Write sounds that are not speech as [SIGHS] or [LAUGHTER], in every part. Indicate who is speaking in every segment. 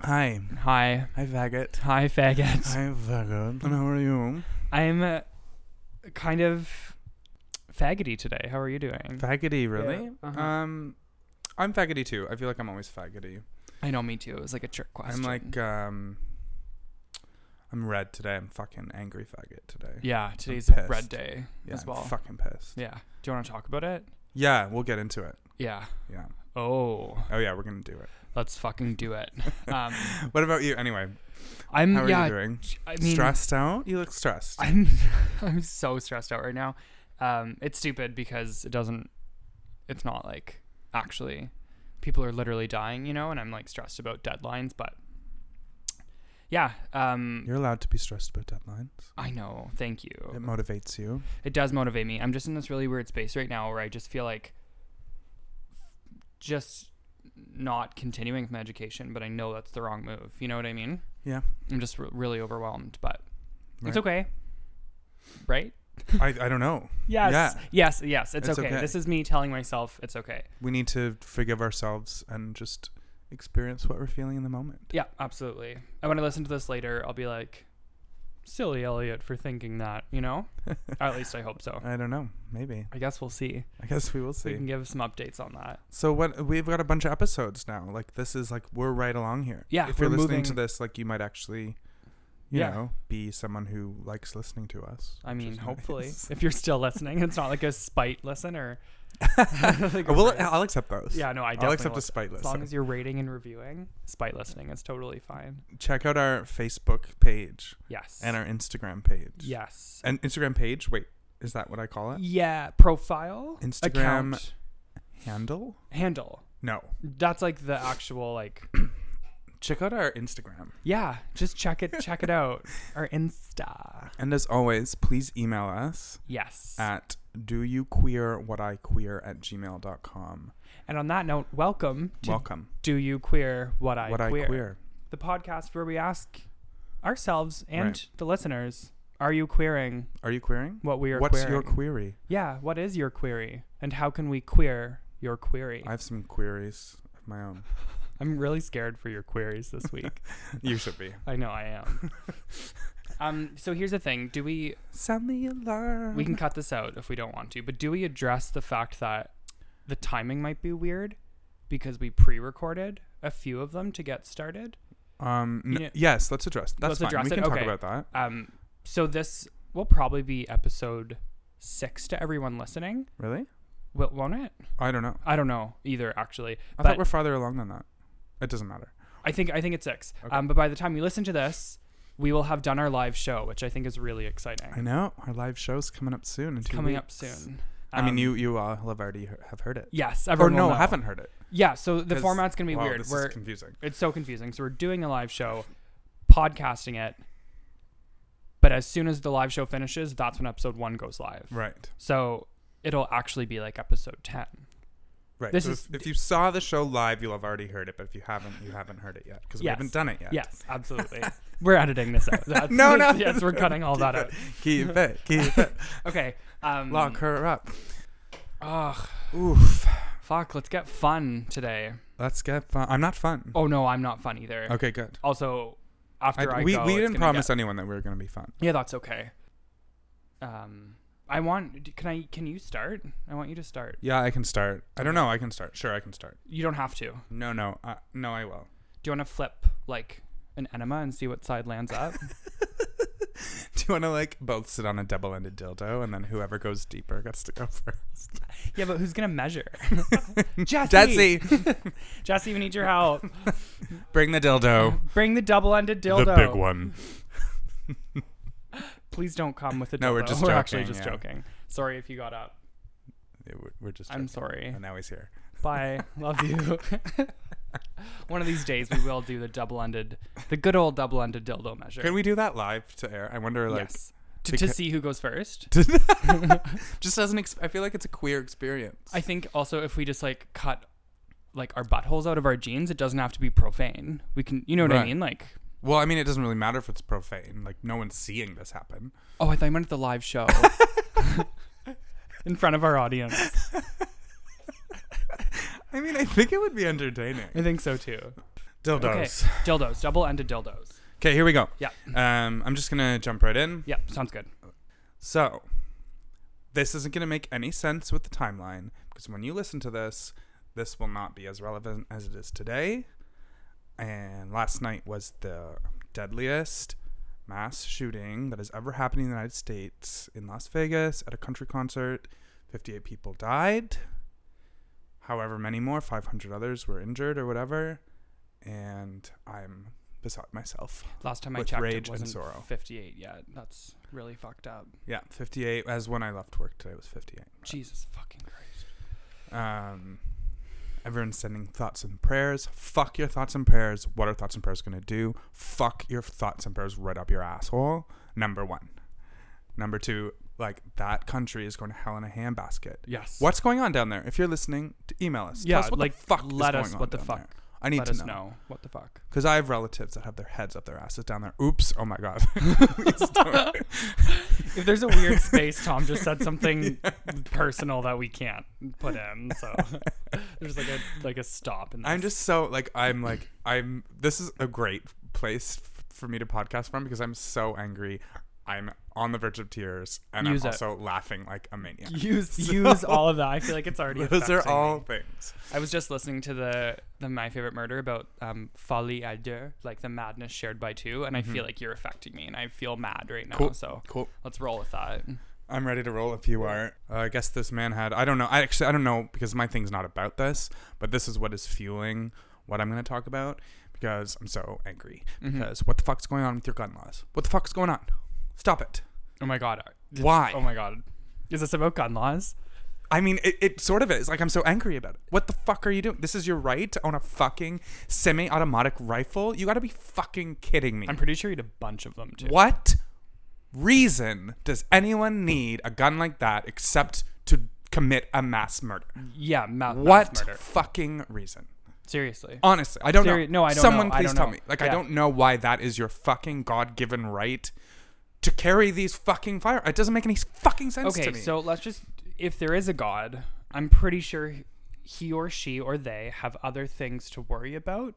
Speaker 1: Hi.
Speaker 2: Hi.
Speaker 1: Hi, faggot.
Speaker 2: Hi, faggot.
Speaker 1: Hi, faggot. And how are you?
Speaker 2: I'm uh, kind of faggoty today. How are you doing?
Speaker 1: Faggoty, really?
Speaker 2: Yeah, uh-huh.
Speaker 1: Um, I'm faggoty too. I feel like I'm always faggoty.
Speaker 2: I know, me too. It was like a trick question.
Speaker 1: I'm like, um, I'm red today. I'm fucking angry faggot today.
Speaker 2: yeah, today's
Speaker 1: pissed.
Speaker 2: red day
Speaker 1: Yeah,
Speaker 2: as well.
Speaker 1: I'm fucking pissed. Yeah.
Speaker 2: yeah. Do you want to talk about it?
Speaker 1: we'll get into it.
Speaker 2: Yeah.
Speaker 1: Yeah.
Speaker 2: Oh,
Speaker 1: Oh yeah, we're gonna do it.
Speaker 2: let's fucking
Speaker 1: [LAUGHS]
Speaker 2: do it. Um,
Speaker 1: What about you? Anyway,
Speaker 2: I'm
Speaker 1: how are
Speaker 2: Mm, yeah.
Speaker 1: you doing?
Speaker 2: I mean,
Speaker 1: stressed out? You look stressed.
Speaker 2: I'm [LAUGHS] I'm so stressed out right now. Um, it's stupid because it doesn't. It's not like actually, people are literally dying, you know, and I'm like stressed about deadlines. But yeah, um,
Speaker 1: You're allowed to be stressed about deadlines.
Speaker 2: I know. Thank
Speaker 1: It
Speaker 2: you.
Speaker 1: motivates you.
Speaker 2: It does motivate me. I'm just in this really weird space right now where I just feel like just not continuing with my education, but I know that's the wrong move. You know what I mean?
Speaker 1: Yeah.
Speaker 2: I'm just re- really overwhelmed, but it's okay. Right?
Speaker 1: I, I don't know.
Speaker 2: Yes. Yes. Yes. It's,
Speaker 1: It's
Speaker 2: okay.
Speaker 1: okay.
Speaker 2: This is me telling myself it's okay.
Speaker 1: We need to forgive ourselves and just experience what we're feeling in the moment.
Speaker 2: Yeah, absolutely. And when I listen to this later, I'll be like, silly Elliot for thinking that,
Speaker 1: [LAUGHS]
Speaker 2: you know? or at least I hope so.
Speaker 1: I don't know. Maybe.
Speaker 2: I guess we'll see.
Speaker 1: I guess we will
Speaker 2: We
Speaker 1: see.
Speaker 2: can give some updates on that.
Speaker 1: So what we've got a bunch of episodes now. Like this is like we're right along here.
Speaker 2: Yeah,
Speaker 1: If you're
Speaker 2: we're
Speaker 1: listening to
Speaker 2: moving-
Speaker 1: this, like you might actually, you
Speaker 2: Yeah.
Speaker 1: know, be someone who likes listening to us.
Speaker 2: I
Speaker 1: which
Speaker 2: mean,
Speaker 1: is
Speaker 2: hopefully,
Speaker 1: nice.
Speaker 2: if you're still listening, it's not like a spite
Speaker 1: [LAUGHS]
Speaker 2: listen or. like
Speaker 1: Oh, well,
Speaker 2: raise-
Speaker 1: I'll accept those.
Speaker 2: yeah, no, I
Speaker 1: I'll
Speaker 2: definitely
Speaker 1: accept
Speaker 2: will.
Speaker 1: a spite
Speaker 2: As
Speaker 1: list.
Speaker 2: long as you're rating and reviewing, spite listening is totally fine.
Speaker 1: Check out our Facebook page
Speaker 2: Yes.
Speaker 1: and our Instagram page.
Speaker 2: yes.
Speaker 1: And Instagram page. Wait, is that what I call it?
Speaker 2: yeah, profile,
Speaker 1: Instagram-
Speaker 2: account,
Speaker 1: Handle?
Speaker 2: handle.
Speaker 1: No.
Speaker 2: That's like the actual like.
Speaker 1: Check out our Instagram.
Speaker 2: Yeah, just check it check
Speaker 1: [LAUGHS]
Speaker 2: it out. Our Insta.
Speaker 1: And as always, please email us
Speaker 2: Yes.
Speaker 1: at do you queer what I queer at gmail.com.
Speaker 2: and on that note, welcome to
Speaker 1: Welcome.
Speaker 2: Do You Queer What I
Speaker 1: what
Speaker 2: Queer.
Speaker 1: I queer.
Speaker 2: The podcast where we ask ourselves and
Speaker 1: Right.
Speaker 2: the listeners, are you queering
Speaker 1: Are you queering?
Speaker 2: what we are
Speaker 1: What's
Speaker 2: queering?
Speaker 1: your query?
Speaker 2: yeah, what is your query? And how can we queer your query?
Speaker 1: I have some queries of my
Speaker 2: [LAUGHS]
Speaker 1: own.
Speaker 2: I'm really scared for your queries
Speaker 1: [LAUGHS]
Speaker 2: this week.
Speaker 1: You should be.
Speaker 2: I know
Speaker 1: [LAUGHS]
Speaker 2: I am. um so here's the thing, do we
Speaker 1: Sound the alarm.
Speaker 2: we can cut this out if we don't want to, but do we address the fact that the timing might be weird because we pre-recorded a few of them to get started?
Speaker 1: Um. n-
Speaker 2: You know-
Speaker 1: yes. Let's address. That's
Speaker 2: Let's
Speaker 1: fine.
Speaker 2: address
Speaker 1: we
Speaker 2: it?
Speaker 1: can
Speaker 2: Okay.
Speaker 1: talk about that.
Speaker 2: Um, so this will probably be episode six to everyone listening.
Speaker 1: Really?
Speaker 2: Will, won't it?
Speaker 1: I don't know.
Speaker 2: I don't know either, actually.
Speaker 1: I
Speaker 2: but
Speaker 1: thought we're farther along than that. It doesn't matter.
Speaker 2: I think I think it's six.
Speaker 1: Okay.
Speaker 2: Um, but by the time you listen to this, we will have done our live show, which I think is really exciting.
Speaker 1: I know our live show's coming up soon. In
Speaker 2: It's
Speaker 1: two
Speaker 2: coming up
Speaker 1: weeks.
Speaker 2: soon.
Speaker 1: I mean,
Speaker 2: Um,
Speaker 1: you you all have already he- have heard it.
Speaker 2: Yes,
Speaker 1: Or
Speaker 2: everyone. will
Speaker 1: no,
Speaker 2: know.
Speaker 1: haven't heard it.
Speaker 2: Yeah, so the
Speaker 1: 'Cause-
Speaker 2: format's gonna be
Speaker 1: wow,
Speaker 2: weird.
Speaker 1: This
Speaker 2: We're
Speaker 1: is confusing.
Speaker 2: it's so confusing. So we're doing a live show, podcasting it, but as soon as the live show finishes, that's when episode one goes live.
Speaker 1: Right.
Speaker 2: So it'll actually be like episode ten.
Speaker 1: Right.
Speaker 2: This
Speaker 1: so
Speaker 2: is-
Speaker 1: if, if you saw the show live, you'll have already heard it. But if you haven't, you haven't heard it yet because we
Speaker 2: Yes.
Speaker 1: haven't done it yet.
Speaker 2: Yes, absolutely. [LAUGHS] we're editing this out. [LAUGHS] That's-
Speaker 1: No, no.
Speaker 2: Yes, we're cutting all that
Speaker 1: [LAUGHS]
Speaker 2: out. [LAUGHS]
Speaker 1: Keep it. Keep it.
Speaker 2: Okay. Um,
Speaker 1: Lock her up.
Speaker 2: Ugh,
Speaker 1: Oof.
Speaker 2: fuck. Let's get fun today.
Speaker 1: Let's get fun. I'm not fun.
Speaker 2: Oh no, I'm not fun either.
Speaker 1: Okay, good.
Speaker 2: Also,
Speaker 1: I,
Speaker 2: after I,
Speaker 1: we
Speaker 2: go,
Speaker 1: we
Speaker 2: it's
Speaker 1: didn't
Speaker 2: gonna
Speaker 1: promise
Speaker 2: Get,
Speaker 1: anyone that we were going to be fun.
Speaker 2: yeah, that's okay. Um, I want. d- Can I? Can you start? I want you to start.
Speaker 1: Yeah, I can start. I don't know. I can start. Sure, I can start.
Speaker 2: You don't have to.
Speaker 1: No, no, uh, no, I will. [LAUGHS]
Speaker 2: Do you want to flip like an enema and see what side
Speaker 1: [LAUGHS]
Speaker 2: lands up?
Speaker 1: Do you want to like both sit on a double-ended dildo and then whoever goes deeper gets to go [LAUGHS] first?
Speaker 2: yeah, but who's
Speaker 1: [LAUGHS]
Speaker 2: gonna measure? Jesse,
Speaker 1: Jesse,
Speaker 2: Jesse, we need your help.
Speaker 1: bring the dildo.
Speaker 2: Bring the double-ended [LAUGHS] dildo.
Speaker 1: one.
Speaker 2: Please don't come with a dildo.
Speaker 1: No, we're just
Speaker 2: We're actually
Speaker 1: joking,
Speaker 2: just
Speaker 1: yeah.
Speaker 2: joking. Sorry if you got up.
Speaker 1: Yeah, we're, we're just.
Speaker 2: I'm
Speaker 1: joking. [LAUGHS]
Speaker 2: sorry.
Speaker 1: And now he's here.
Speaker 2: Bye. Love you. [LAUGHS] One of these days we will do the double-ended, the good old double-ended dildo measure.
Speaker 1: Can we do that live to air? I wonder, like,
Speaker 2: yes. To, to
Speaker 1: beca-
Speaker 2: see who goes first.
Speaker 1: just as an. Ex- I feel like it's a queer experience.
Speaker 2: I think also if we just like cut like our buttholes out of our jeans, it doesn't have to be profane. We can, you know what I
Speaker 1: Right.
Speaker 2: mean? Like,
Speaker 1: well, I mean, it doesn't really matter if it's profane. Like, no one's seeing this happen.
Speaker 2: oh, I thought you meant at the live show. [LAUGHS] In front of our audience.
Speaker 1: I mean, I think it would be entertaining.
Speaker 2: I think so too.
Speaker 1: Dildos.
Speaker 2: Okay, dildos, double-ended dildos.
Speaker 1: Okay, here we go.
Speaker 2: Yeah.
Speaker 1: Um, I'm just gonna jump right in.
Speaker 2: Yeah, sounds good.
Speaker 1: So, this isn't going to make any sense with the timeline because when you listen to this, this will not be as relevant as it is today. And last night was the deadliest mass shooting that has ever happened in the United States in Las Vegas at a country concert. 58 people died. However, many more, 500 others were injured or whatever. And I'm beside myself.
Speaker 2: Last time I
Speaker 1: With
Speaker 2: checked,
Speaker 1: rage
Speaker 2: it
Speaker 1: and
Speaker 2: wasn't
Speaker 1: sorrow.
Speaker 2: 58 yet. That's really fucked up.
Speaker 1: Yeah, 58. As when I left work today was 58.
Speaker 2: Jesus fucking Christ.
Speaker 1: Um, everyone's sending thoughts and prayers. Fuck your thoughts and prayers. What are thoughts and prayers going to do? Fuck your thoughts and prayers right up your asshole. Number one. Number two, like that country is going to hell in a handbasket.
Speaker 2: Yes.
Speaker 1: What's going on down there? If you're listening, d- email us. Tell
Speaker 2: Yeah,
Speaker 1: us what
Speaker 2: like
Speaker 1: the fuck. is
Speaker 2: let us
Speaker 1: going on
Speaker 2: what the
Speaker 1: down
Speaker 2: fuck.
Speaker 1: there. I need
Speaker 2: Let
Speaker 1: to
Speaker 2: us
Speaker 1: know.
Speaker 2: know what
Speaker 1: [LAUGHS]
Speaker 2: the fuck.
Speaker 1: Because I have relatives that have their heads up their asses down there. Oops. Oh my God. [LAUGHS]
Speaker 2: [LAUGHS] If there's a weird space, Tom just
Speaker 1: [LAUGHS]
Speaker 2: said something personal that we can't put in. So there's like a like a stop. In this.
Speaker 1: I'm just so like I'm like I'm. This is a great place f- for me to podcast from because I'm so angry. I'm on the verge of tears and
Speaker 2: Use it.
Speaker 1: I'm also laughing like a maniac.
Speaker 2: use
Speaker 1: So- [LAUGHS]
Speaker 2: use all of that. I feel like it's already.
Speaker 1: Those are
Speaker 2: affecting
Speaker 1: all
Speaker 2: me.
Speaker 1: things.
Speaker 2: I was just listening to the the My Favorite Murder about um folie à deux, like the madness shared by two, and I feel like you're affecting me, and I feel mad right now.
Speaker 1: Cool.
Speaker 2: So
Speaker 1: Cool.
Speaker 2: let's roll with that.
Speaker 1: I'm ready to roll if you are. Uh, I guess this man had. I don't know. I actually I don't know because my thing's not about this, but this is what is fueling what I'm going to talk about because I'm so angry. Because what the fuck's going on with your gun laws? What the fuck's going on? Stop it.
Speaker 2: Oh my god. It's-
Speaker 1: Why?
Speaker 2: Oh my god. Is this about gun laws?
Speaker 1: I mean, it, it sort of is. Like, I'm so angry about it. What the fuck are you doing? This is your right to own a fucking semi automatic rifle? You gotta be fucking kidding me.
Speaker 2: I'm pretty sure you had a bunch of them too.
Speaker 1: what reason does anyone need a gun like that except to commit a mass murder?
Speaker 2: Yeah, ma- mass
Speaker 1: what
Speaker 2: murder.
Speaker 1: fucking reason?
Speaker 2: Seriously.
Speaker 1: Honestly, I don't
Speaker 2: Seri-
Speaker 1: know.
Speaker 2: no, I don't
Speaker 1: Someone
Speaker 2: know. I
Speaker 1: please
Speaker 2: don't
Speaker 1: tell
Speaker 2: know.
Speaker 1: me. Like, I
Speaker 2: Yeah.
Speaker 1: don't know why that is your fucking God given right to carry these fucking fire. It doesn't make any fucking sense to
Speaker 2: Okay,
Speaker 1: me.
Speaker 2: so let's just if there is a god, I'm pretty sure he or she or they have other things to worry about.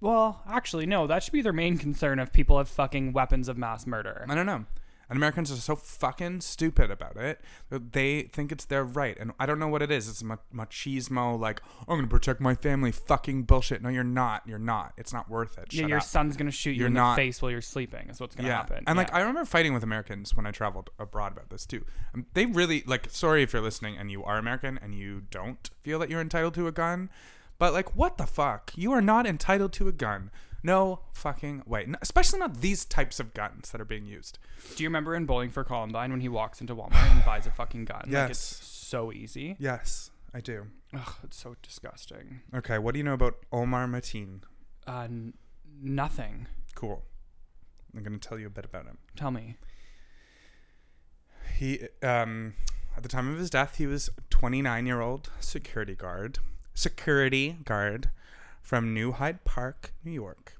Speaker 2: Well, actually no, that should be their main concern if people have fucking weapons of mass murder.
Speaker 1: I don't know. And Americans are so fucking stupid about it. that They think it's their right, and I don't know what it is. It's ma- machismo, like I'm gonna protect my family. Fucking bullshit. No, you're not. You're not. It's not worth it.
Speaker 2: Yeah,
Speaker 1: Shut
Speaker 2: your
Speaker 1: up.
Speaker 2: son's gonna shoot you
Speaker 1: You're
Speaker 2: in
Speaker 1: not-
Speaker 2: the face while you're sleeping is what's gonna
Speaker 1: yeah,
Speaker 2: happen.
Speaker 1: and like I remember fighting with Americans when I traveled abroad about this too. Um, they really like. Sorry if you're listening and you are American and you don't feel that you're entitled to a gun, but like, what the fuck? You are not entitled to a gun. No fucking way. No, especially not these types of guns that are being used.
Speaker 2: Do you remember in Bowling for Columbine when he walks into Walmart and buys a fucking gun? Like
Speaker 1: Yes.
Speaker 2: it's so easy.
Speaker 1: Yes, I do.
Speaker 2: Ugh, it's so disgusting.
Speaker 1: Okay, what do you know about Omar Mateen?
Speaker 2: Uh, n- nothing.
Speaker 1: Cool. I'm going to tell you a bit about him.
Speaker 2: Tell me.
Speaker 1: He, um, at the time of his death, he was a 29 year old security guard, security guard from New Hyde Park, New York,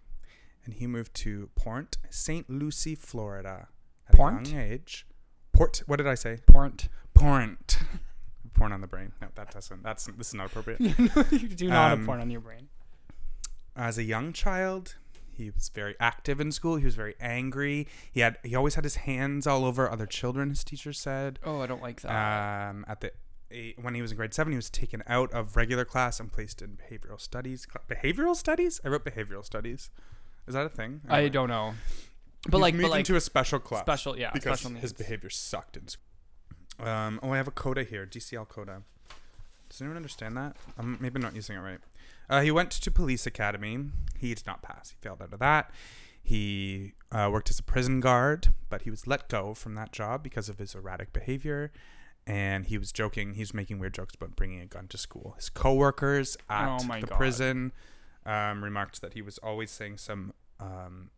Speaker 1: and he moved to Port St. Lucie, Florida, at
Speaker 2: Port?
Speaker 1: a young age. Port. What did I say? [LAUGHS]
Speaker 2: Pornt.
Speaker 1: Port. Porn on the brain. No, that doesn't. That's this is not appropriate.
Speaker 2: [LAUGHS] you do not have
Speaker 1: Um,
Speaker 2: porn on your brain.
Speaker 1: as a young child he was very active in school he was very angry he had he always had his hands all over other children his teacher said
Speaker 2: Oh, I don't like that.
Speaker 1: um, at the eh, when he was in grade seven he was taken out of regular class and placed in behavioral studies cla- behavioral studies i wrote behavioral studies is that a thing
Speaker 2: I don't know.
Speaker 1: He
Speaker 2: But
Speaker 1: was
Speaker 2: like, but
Speaker 1: moved
Speaker 2: like
Speaker 1: into a special class
Speaker 2: special, yeah,
Speaker 1: because
Speaker 2: special
Speaker 1: his
Speaker 2: needs.
Speaker 1: behavior sucked in school um, oh i have a coda here dcl coda does anyone understand that i'm maybe not using it right uh, he went to police academy. He did not pass. He failed out of that. He uh, worked as a prison guard, but he was let go from that job because of his erratic behavior. And he was joking. He was making weird jokes about bringing a gun to school. His coworkers at
Speaker 2: Oh my
Speaker 1: the
Speaker 2: God.
Speaker 1: prison um, remarked that he was always saying some um,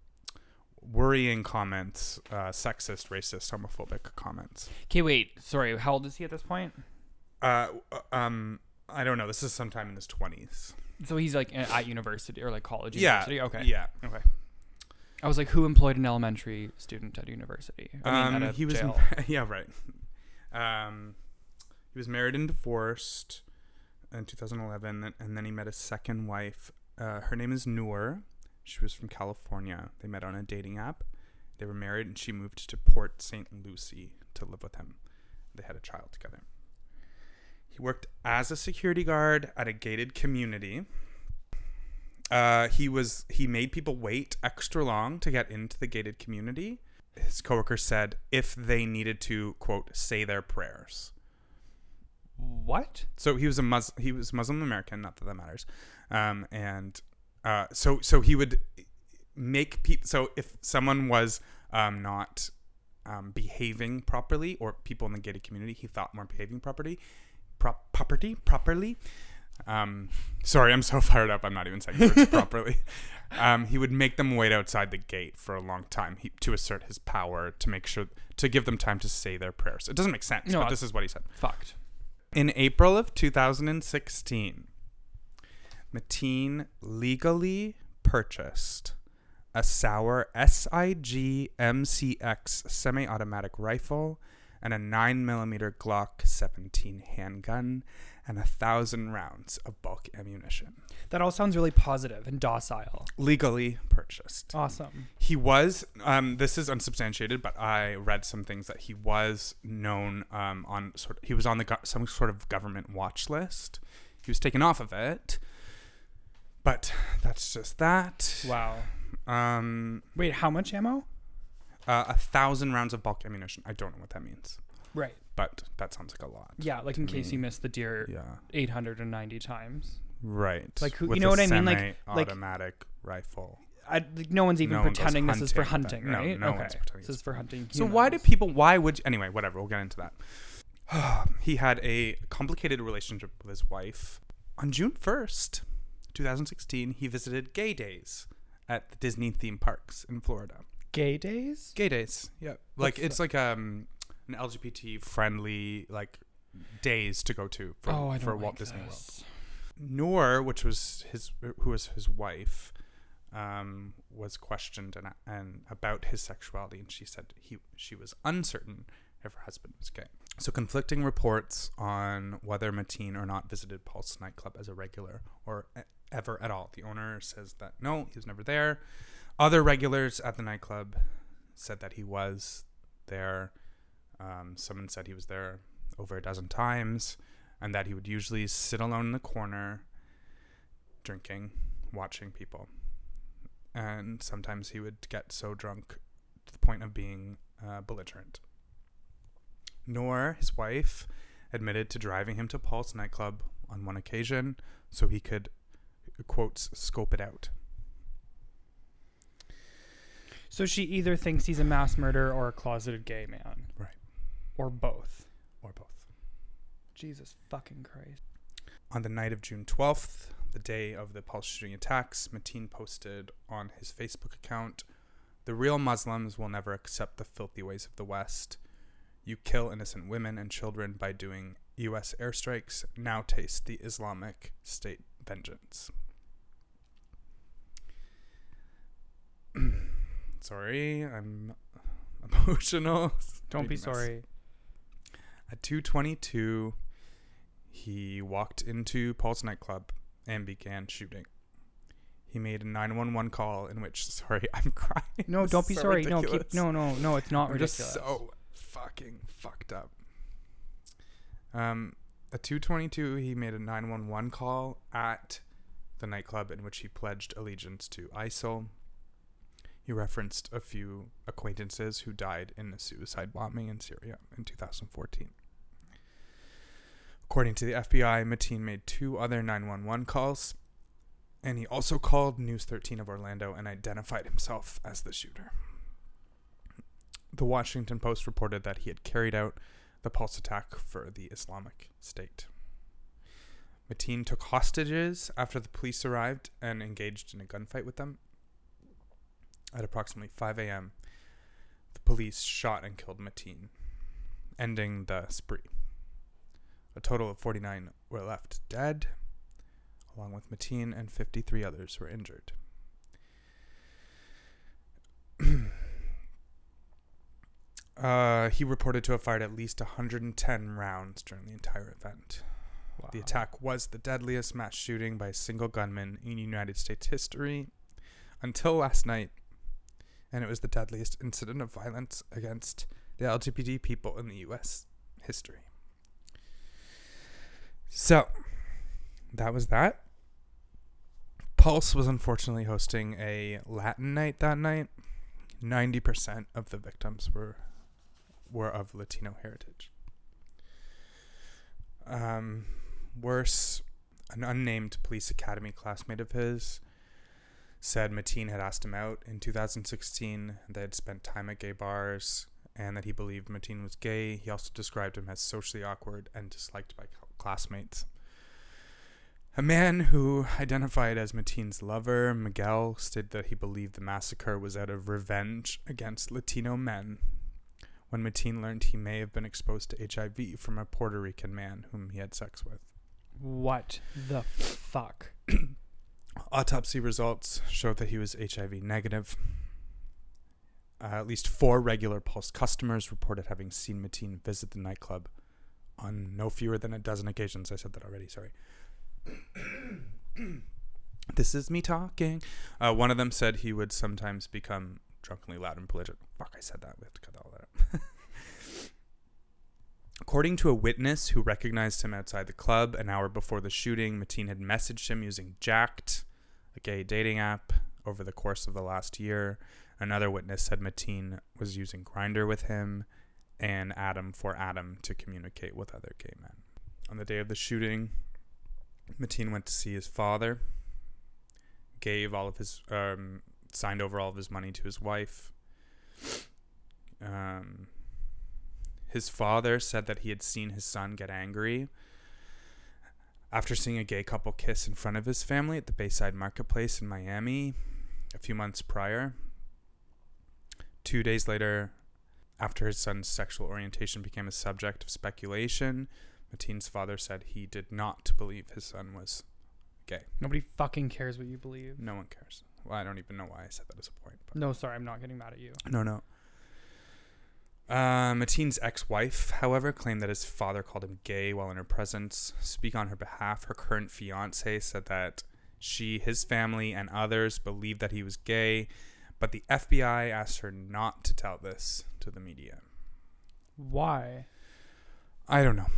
Speaker 1: worrying comments, uh, sexist, racist, homophobic comments.
Speaker 2: okay, wait. Sorry. How old is he at this point?
Speaker 1: Uh, um, I don't know. This is sometime in his twenties.
Speaker 2: So he's like a- at university or like college.
Speaker 1: Yeah.
Speaker 2: University? Okay.
Speaker 1: Yeah.
Speaker 2: Okay. I was like, who employed an elementary student at university? I mean,
Speaker 1: um,
Speaker 2: at a
Speaker 1: he was
Speaker 2: jail.
Speaker 1: [LAUGHS] yeah right um, he was married and divorced in 2011 and then he met his second wife Uh, her name is Noor. She was from California. They met on a dating app. They were married, and she moved to Port St. Lucie to live with him. They had a child together. He worked as a security guard at a gated community. Uh, he was he made people wait extra long to get into the gated community. His coworker said if they needed to quote say their prayers.
Speaker 2: What?
Speaker 1: So he was a Mus- he was Muslim American, not that that matters. Um, and uh, so so he would make people. So if someone was um, not um, behaving properly, or people in the gated community he thought weren't behaving properly, prop- property properly. Um, sorry, I'm so [LAUGHS] fired up. I'm not even saying words properly. Um, he would make them wait outside the gate for a long time he, to assert his power, to make sure to give them time to say their prayers. It doesn't make sense,
Speaker 2: No,
Speaker 1: but
Speaker 2: I-
Speaker 1: this is what he said.
Speaker 2: Fucked.
Speaker 1: In April of 2016, Mateen legally purchased a Sauer SIG MCX semi automatic rifle and a 9mm Glock 17 handgun and a thousand rounds of bulk ammunition.
Speaker 2: That all sounds really positive and docile.
Speaker 1: Legally purchased.
Speaker 2: Awesome.
Speaker 1: He was. Um, this is unsubstantiated, but I read some things that he was known um, on sort. he was on the go- some sort of government watch list. He was taken off of it, but that's just that.
Speaker 2: Wow.
Speaker 1: Um,
Speaker 2: Wait, how much ammo?
Speaker 1: uh, a thousand rounds of bulk ammunition. I don't know what that means,
Speaker 2: Right.
Speaker 1: but that sounds like a lot.
Speaker 2: Yeah, like in case you missed the deer
Speaker 1: Yeah.
Speaker 2: 890 times.
Speaker 1: Right.
Speaker 2: Like, who- you
Speaker 1: With
Speaker 2: know
Speaker 1: a
Speaker 2: what I mean? Like- like-
Speaker 1: automatic rifle.
Speaker 2: I, like, no one's even
Speaker 1: No one goes
Speaker 2: pretending this is for
Speaker 1: hunting
Speaker 2: hunting,
Speaker 1: with that. No,
Speaker 2: right?
Speaker 1: no
Speaker 2: okay.
Speaker 1: one's pretending
Speaker 2: This
Speaker 1: it's
Speaker 2: is for hunting.
Speaker 1: So why do
Speaker 2: humans.
Speaker 1: people? Why would anyway? Whatever. We'll get into that. [SIGHS] he had a complicated relationship with his wife. On June first, two thousand sixteen, he visited Gay Days at the Disney theme parks in Florida.
Speaker 2: gay days?
Speaker 1: Gay Days, yeah, like
Speaker 2: What's
Speaker 1: it's like um an LGBT friendly like days to go to for,
Speaker 2: oh, I don't
Speaker 1: for
Speaker 2: like
Speaker 1: Walt Disney World.
Speaker 2: this.
Speaker 1: Noor, which was his, who was his wife, um, was questioned and, and about his sexuality, and she said he she was uncertain if her husband was gay. So conflicting reports on whether Mateen or not visited Pulse nightclub as a regular or e- ever at all. The owner says that no, he was never there. Other regulars at the nightclub said that he was there. Um, someone said he was there over a dozen times and that he would usually sit alone in the corner drinking, watching people. And sometimes he would get so drunk to the point of being uh, belligerent. Nor, his wife, admitted to driving him to Pulse nightclub on one occasion so he could, quotes, scope it out.
Speaker 2: So she either thinks he's a mass murderer or a closeted gay man.
Speaker 1: Right.
Speaker 2: Or both.
Speaker 1: Or both.
Speaker 2: Jesus fucking Christ.
Speaker 1: On the night of June 12th, the day of the Pulse shooting attacks, Mateen posted on his Facebook account The real Muslims will never accept the filthy ways of the West. You kill innocent women and children by doing U.S. airstrikes. Now taste the Islamic State vengeance. [CLEARS THROAT] sorry, I'm [LAUGHS] emotional.
Speaker 2: Don't be
Speaker 1: Reading this.
Speaker 2: sorry.
Speaker 1: At 2:22, he walked into Paul's nightclub and began shooting. He made a 911 call in which, [LAUGHS] sorry, I'm crying.
Speaker 2: No,
Speaker 1: This
Speaker 2: don't
Speaker 1: is
Speaker 2: be
Speaker 1: so
Speaker 2: sorry. No,
Speaker 1: ridiculous.
Speaker 2: keep no, no, no. It's not
Speaker 1: I'm
Speaker 2: ridiculous.
Speaker 1: just so fucking fucked up. Um, at 2:22, he made a 911 call at the nightclub in which he pledged allegiance to ISIL. He referenced a few acquaintances who died in a suicide bombing in Syria in 2014. According to the FBI, Mateen made two other 911 calls, and he also called News 13 of Orlando and identified himself as the shooter. The Washington Post reported that he had carried out the pulse attack for the Islamic State. Mateen took hostages after the police arrived and engaged in a gunfight with them. At approximately 5 a.m., the police shot and killed Mateen, ending the spree. A total of 49 were left dead, along with Mateen, and 53 others were injured. [CLEARS THROAT] Uh, he reported to have fired at least 110 rounds during the entire event.
Speaker 2: Wow.
Speaker 1: The attack was the deadliest mass shooting by a single gunman in United States history until last night, and it was the deadliest incident of violence against the LGBT people in the US history. So, that was that. Pulse was unfortunately hosting a Latin night that night. 90% of the victims were were of Latino heritage. Um, worse, an unnamed police academy classmate of his said Mateen had asked him out in 2016. They had spent time at gay bars and that he believed Mateen was gay. He also described him as socially awkward and disliked by cl- classmates. A man who identified as Mateen's lover, Miguel, stated that he believed the massacre was out of revenge against Latino men when Mateen learned he may have been exposed to HIV from a Puerto Rican man whom he had sex with.
Speaker 2: What the fuck?
Speaker 1: Autopsy results showed that he was HIV negative. Uh, at least four regular Pulse customers reported having seen Mateen visit the nightclub on no fewer than a dozen occasions. I said that already, sorry. [COUGHS] this is me talking. Uh, one of them said he would sometimes become drunkenly loud and belligerent. Fuck, I said that. We have to cut all that out. [LAUGHS] According to a witness who recognized him outside the club an hour before the shooting, Mateen had messaged him using Jacked, a gay dating app, over the course of the last year. Another witness said Mateen was using Grinder with him and Adam for Adam to communicate with other gay men. On the day of the shooting, Mateen went to see his father, gave all of his, um, signed over all of his money to his wife. Um, his father said that he had seen his son get angry after seeing a gay couple kiss in front of his family at the Bayside Marketplace in Miami a few months prior. Two days later, after his son's sexual orientation became a subject of speculation, Mateen's father said he did not believe his son was
Speaker 2: Nobody fucking cares what you believe.
Speaker 1: no one cares. Well, I don't even know why I said that as a point. But
Speaker 2: No, sorry, I'm not getting mad at you.
Speaker 1: No, no. Uh, Mateen's ex-wife, however, claimed that his father called him gay while in her presence. Speak on her behalf, her current fiance said that she, his family, and others believed that he was gay, but the FBI asked her not to tell this to the media.
Speaker 2: Why?
Speaker 1: I don't know,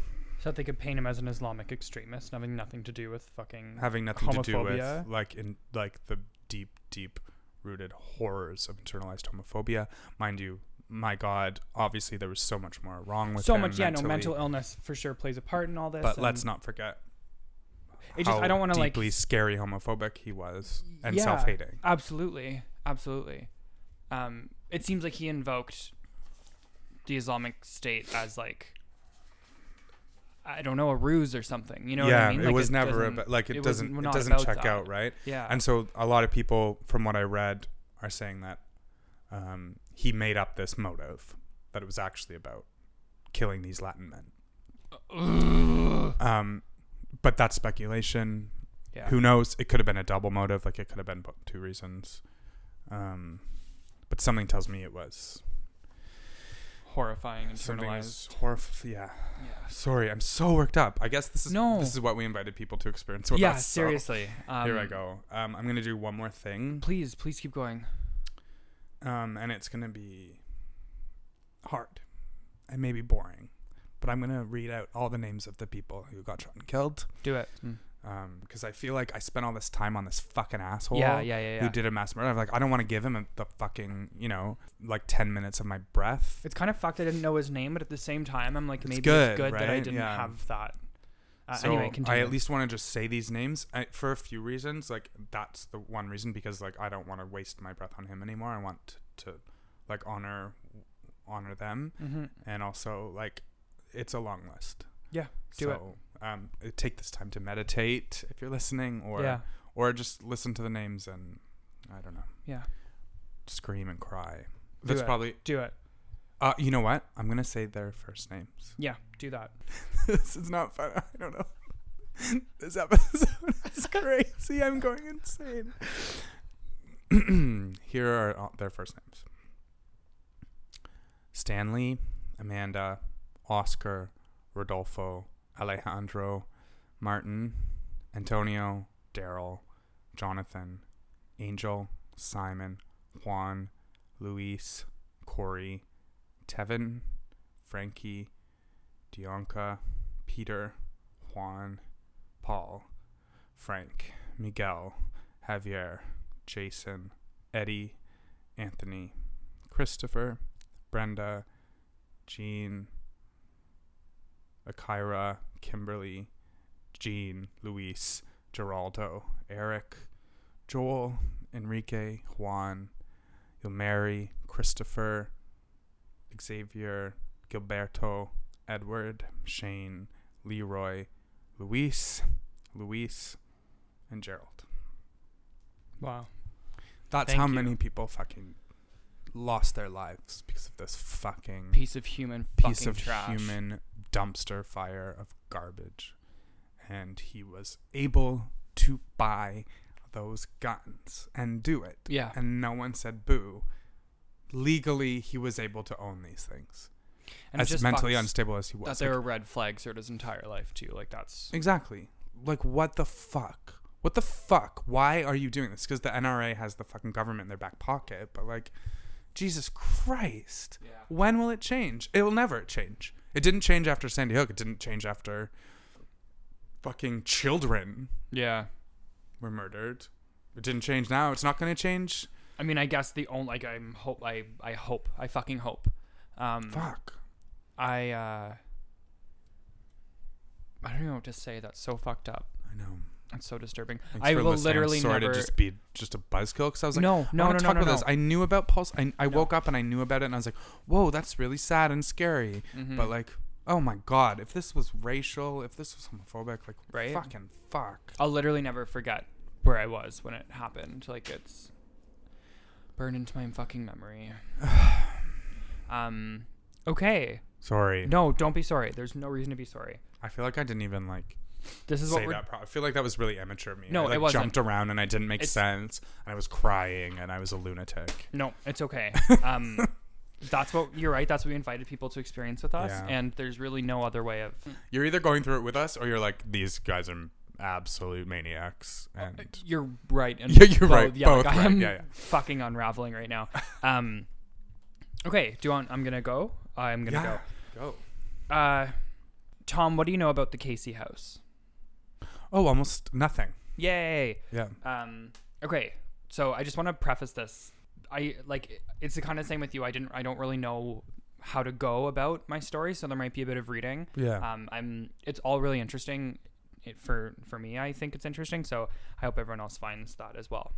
Speaker 2: So that they could paint him as an Islamic extremist, and having nothing to do with fucking.
Speaker 1: having nothing to do with
Speaker 2: Homophobia?
Speaker 1: like in like the deep, deep rooted horrors of internalized homophobia, mind you. My God, obviously there was so much more wrong with
Speaker 2: so
Speaker 1: him
Speaker 2: much, yeah, no,
Speaker 1: mentally.
Speaker 2: mental illness for sure plays a part in all this.
Speaker 1: but let's
Speaker 2: and
Speaker 1: not forget
Speaker 2: It just, I
Speaker 1: how
Speaker 2: don't want to like.
Speaker 1: deeply scary homophobic he was and
Speaker 2: Yeah.
Speaker 1: self-hating
Speaker 2: Absolutely, absolutely. Um, it seems like he invoked the Islamic State as like I don't know a ruse or something. You know
Speaker 1: yeah
Speaker 2: what I mean?
Speaker 1: it
Speaker 2: Like,
Speaker 1: was never
Speaker 2: doesn't-
Speaker 1: about, like it,
Speaker 2: it was
Speaker 1: doesn't it
Speaker 2: not
Speaker 1: doesn't
Speaker 2: about
Speaker 1: check
Speaker 2: that.
Speaker 1: out right
Speaker 2: yeah,
Speaker 1: and so a lot of people from what i read are saying that um, he made up this motive that it was actually about killing these latin men um, but that's speculation
Speaker 2: yeah.
Speaker 1: who knows it could have been a double motive like it could have been bo- two reasons um, but something tells me it was
Speaker 2: horrifying
Speaker 1: something
Speaker 2: internalized.
Speaker 1: is horrif- yeah
Speaker 2: Yeah,
Speaker 1: Sorry, I'm so worked up. I guess this is
Speaker 2: No.
Speaker 1: this is what we invited people to experience with
Speaker 2: yeah
Speaker 1: us. so
Speaker 2: seriously. Um,
Speaker 1: Oh, Here I go. Um, I'm gonna do one more thing,
Speaker 2: Please, please keep going.
Speaker 1: um, and it's gonna be hard and maybe boring, but I'm gonna read out all the names of the people who got shot and killed,
Speaker 2: Do it.
Speaker 1: um, because I feel like I spent all this time on this fucking asshole.
Speaker 2: Yeah, yeah, yeah,
Speaker 1: Who
Speaker 2: yeah.
Speaker 1: did a mass murder? I'm like, I don't want to give him a, the fucking, you know, like ten minutes of my breath.
Speaker 2: It's kind of fucked. I didn't know his name, but at the same time, I'm like,
Speaker 1: It's
Speaker 2: maybe
Speaker 1: good,
Speaker 2: it's good that I
Speaker 1: right?
Speaker 2: didn't
Speaker 1: Yeah.
Speaker 2: have that. Uh,
Speaker 1: so
Speaker 2: anyway,
Speaker 1: I
Speaker 2: continue.
Speaker 1: at least want to just say these names I, for a few reasons. Like that's the one reason because like I don't want to waste my breath on him anymore. I want to, to like honor honor them
Speaker 2: hmm
Speaker 1: and also like it's a long list.
Speaker 2: Yeah, do it.
Speaker 1: so, Um, take this time to meditate if you're listening, or
Speaker 2: yeah,
Speaker 1: or just listen to the names and I don't know,
Speaker 2: yeah.
Speaker 1: scream and cry.
Speaker 2: Do
Speaker 1: That's
Speaker 2: it.
Speaker 1: probably
Speaker 2: Do it.
Speaker 1: uh, you know what I'm gonna say their first names.
Speaker 2: Yeah, do that.
Speaker 1: this is not fun. [LAUGHS] I don't know. [LAUGHS] This episode is crazy. I'm going insane. [CLEARS THROAT] Here are all their first names Stanley, Amanda, Oscar, Rodolfo, Alejandro, Martin, Antonio, Daryl, Jonathan, Angel, Simon, Juan, Luis, Corey, Tevin, Frankie, Dionka, Peter, Juan, Paul, Frank, Miguel, Javier, Jason, Eddie, Anthony, Christopher, Brenda, Jean, Akira, Kimberly, Jean, Luis, Geraldo, Eric, Joel, Enrique, Juan, Ilmary, Christopher, Xavier, Gilberto, Edward, Shane, Leroy, Luis, Luis, and Gerald.
Speaker 2: Wow.
Speaker 1: That's
Speaker 2: Thank
Speaker 1: how
Speaker 2: you.
Speaker 1: many people fucking lost their lives because of this fucking
Speaker 2: Piece of human
Speaker 1: piece
Speaker 2: fucking
Speaker 1: of
Speaker 2: trash.
Speaker 1: human dumpster fire of garbage. And he was able to buy those guns and do it.
Speaker 2: Yeah.
Speaker 1: And no one said boo. Legally, he was able to own these things.
Speaker 2: And it
Speaker 1: as
Speaker 2: just
Speaker 1: mentally
Speaker 2: fucks
Speaker 1: unstable as he
Speaker 2: That
Speaker 1: was.
Speaker 2: there
Speaker 1: Like,
Speaker 2: are red flags throughout his entire life too. Like that's
Speaker 1: exactly. Like, what the fuck? What the fuck? Why are you doing this? Because the NRA has the fucking government in their back pocket. But, like, Jesus Christ. when will it change? It will never change. It didn't change after Sandy Hook. It didn't change after fucking children
Speaker 2: yeah.
Speaker 1: were murdered. It didn't change now. It's not going to change.
Speaker 2: I mean, I guess the only like I'm hope I I hope I fucking hope. Um,
Speaker 1: Fuck.
Speaker 2: I uh, I don't know what to say. That's so fucked up.
Speaker 1: I know.
Speaker 2: That's so disturbing.
Speaker 1: Thanks
Speaker 2: I
Speaker 1: for
Speaker 2: will
Speaker 1: listening. I'm
Speaker 2: literally
Speaker 1: sorry
Speaker 2: never-
Speaker 1: to just be just a buzzkill because I was like, I
Speaker 2: no, no, no,
Speaker 1: want to
Speaker 2: no,
Speaker 1: talk
Speaker 2: no,
Speaker 1: about
Speaker 2: no.
Speaker 1: this. I knew about Pulse. I, I woke up and I knew about it and I was like, whoa, that's really sad and scary.
Speaker 2: Mhm.
Speaker 1: But like, oh my god, if this was racial, if this was homophobic, like,
Speaker 2: Right?
Speaker 1: fucking fuck.
Speaker 2: I'll literally never forget where I was when it happened. Like it's burned into my
Speaker 1: [SIGHS]
Speaker 2: fucking memory. um. Okay.
Speaker 1: Sorry.
Speaker 2: No, don't be sorry. There's no reason to be sorry.
Speaker 1: I feel like I didn't even like
Speaker 2: This is
Speaker 1: say
Speaker 2: what we're.
Speaker 1: that. Pro- I feel like that was really amateur of me.
Speaker 2: No,
Speaker 1: I, like,
Speaker 2: it wasn't.
Speaker 1: Jumped around and I didn't make
Speaker 2: It's-
Speaker 1: sense, and I was crying, and I was a lunatic.
Speaker 2: No, it's
Speaker 1: [LAUGHS]
Speaker 2: okay. Um, that's what you're right. That's what we invited people to experience with us,
Speaker 1: Yeah.
Speaker 2: and there's really no other way of.
Speaker 1: You're either going through it with us, or you're like, these guys are absolute maniacs,
Speaker 2: Oh,
Speaker 1: and
Speaker 2: You're right. And
Speaker 1: [LAUGHS] Yeah, you're right,
Speaker 2: Yeah, like,
Speaker 1: both
Speaker 2: I
Speaker 1: right,
Speaker 2: am
Speaker 1: yeah, yeah.
Speaker 2: fucking unraveling
Speaker 1: [LAUGHS]
Speaker 2: right now. Um, okay. Do you want? I'm gonna go. I'm gonna
Speaker 1: yeah, go.
Speaker 2: go. Uh, Tom, what do you know about the Casey House?
Speaker 1: Oh, almost nothing.
Speaker 2: Yay.
Speaker 1: Yeah,
Speaker 2: Um, okay. So I just want to preface this. I like it's the kind of same with you. I didn't. I don't really know how to go about my story, so there might be a bit of reading.
Speaker 1: yeah.
Speaker 2: um, I'm it's all really interesting it, for for me I think it's interesting so I hope everyone else finds that as well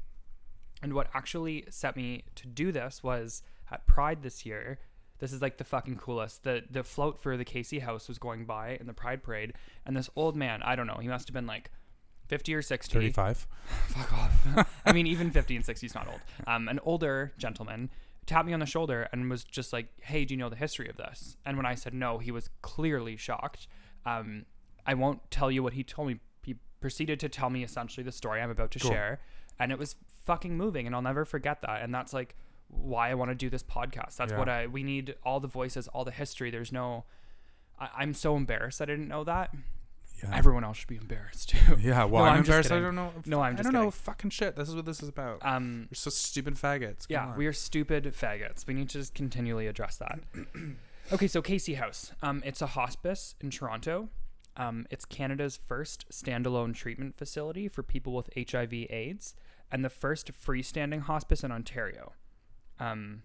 Speaker 2: and what actually set me to do this was at Pride this year this is like the fucking coolest the the float for the Casey house was going by in the Pride parade and this old man I don't know he must have been like 50 or 60
Speaker 1: Thirty-five. [LAUGHS]
Speaker 2: fuck off. I mean, even 50 and 60 is not old. Um, an older gentleman tapped me on the shoulder and was just like, hey, do you know the history of this? And when I said no, he was clearly shocked. Um, I won't tell you what he told me. He proceeded to tell me essentially the story I'm about to
Speaker 1: Cool.
Speaker 2: share. And it was fucking moving. And I'll never forget that. And that's like why I want to do this podcast. That's
Speaker 1: Yeah.
Speaker 2: what I, we need all the voices, all the history. There's no, I, I'm so embarrassed I didn't know that.
Speaker 1: Yeah.
Speaker 2: Everyone else should be embarrassed too.
Speaker 1: [LAUGHS] yeah. Well,
Speaker 2: No,
Speaker 1: I'm,
Speaker 2: I'm just
Speaker 1: embarrassed. I
Speaker 2: kidding.
Speaker 1: don't know.
Speaker 2: No, I'm
Speaker 1: I
Speaker 2: just
Speaker 1: don't know.
Speaker 2: kidding.
Speaker 1: Fucking shit. This is what this is about.
Speaker 2: Um,
Speaker 1: You're so stupid faggots. Come
Speaker 2: Yeah,
Speaker 1: on.
Speaker 2: we are stupid faggots. We need to just continually address
Speaker 1: [CLEARS THROAT]
Speaker 2: that. okay, so Casey House. Um, it's a hospice in Toronto. Um, it's Canada's first standalone treatment facility for people with HIV/AIDS, and the first freestanding hospice in Ontario. Um,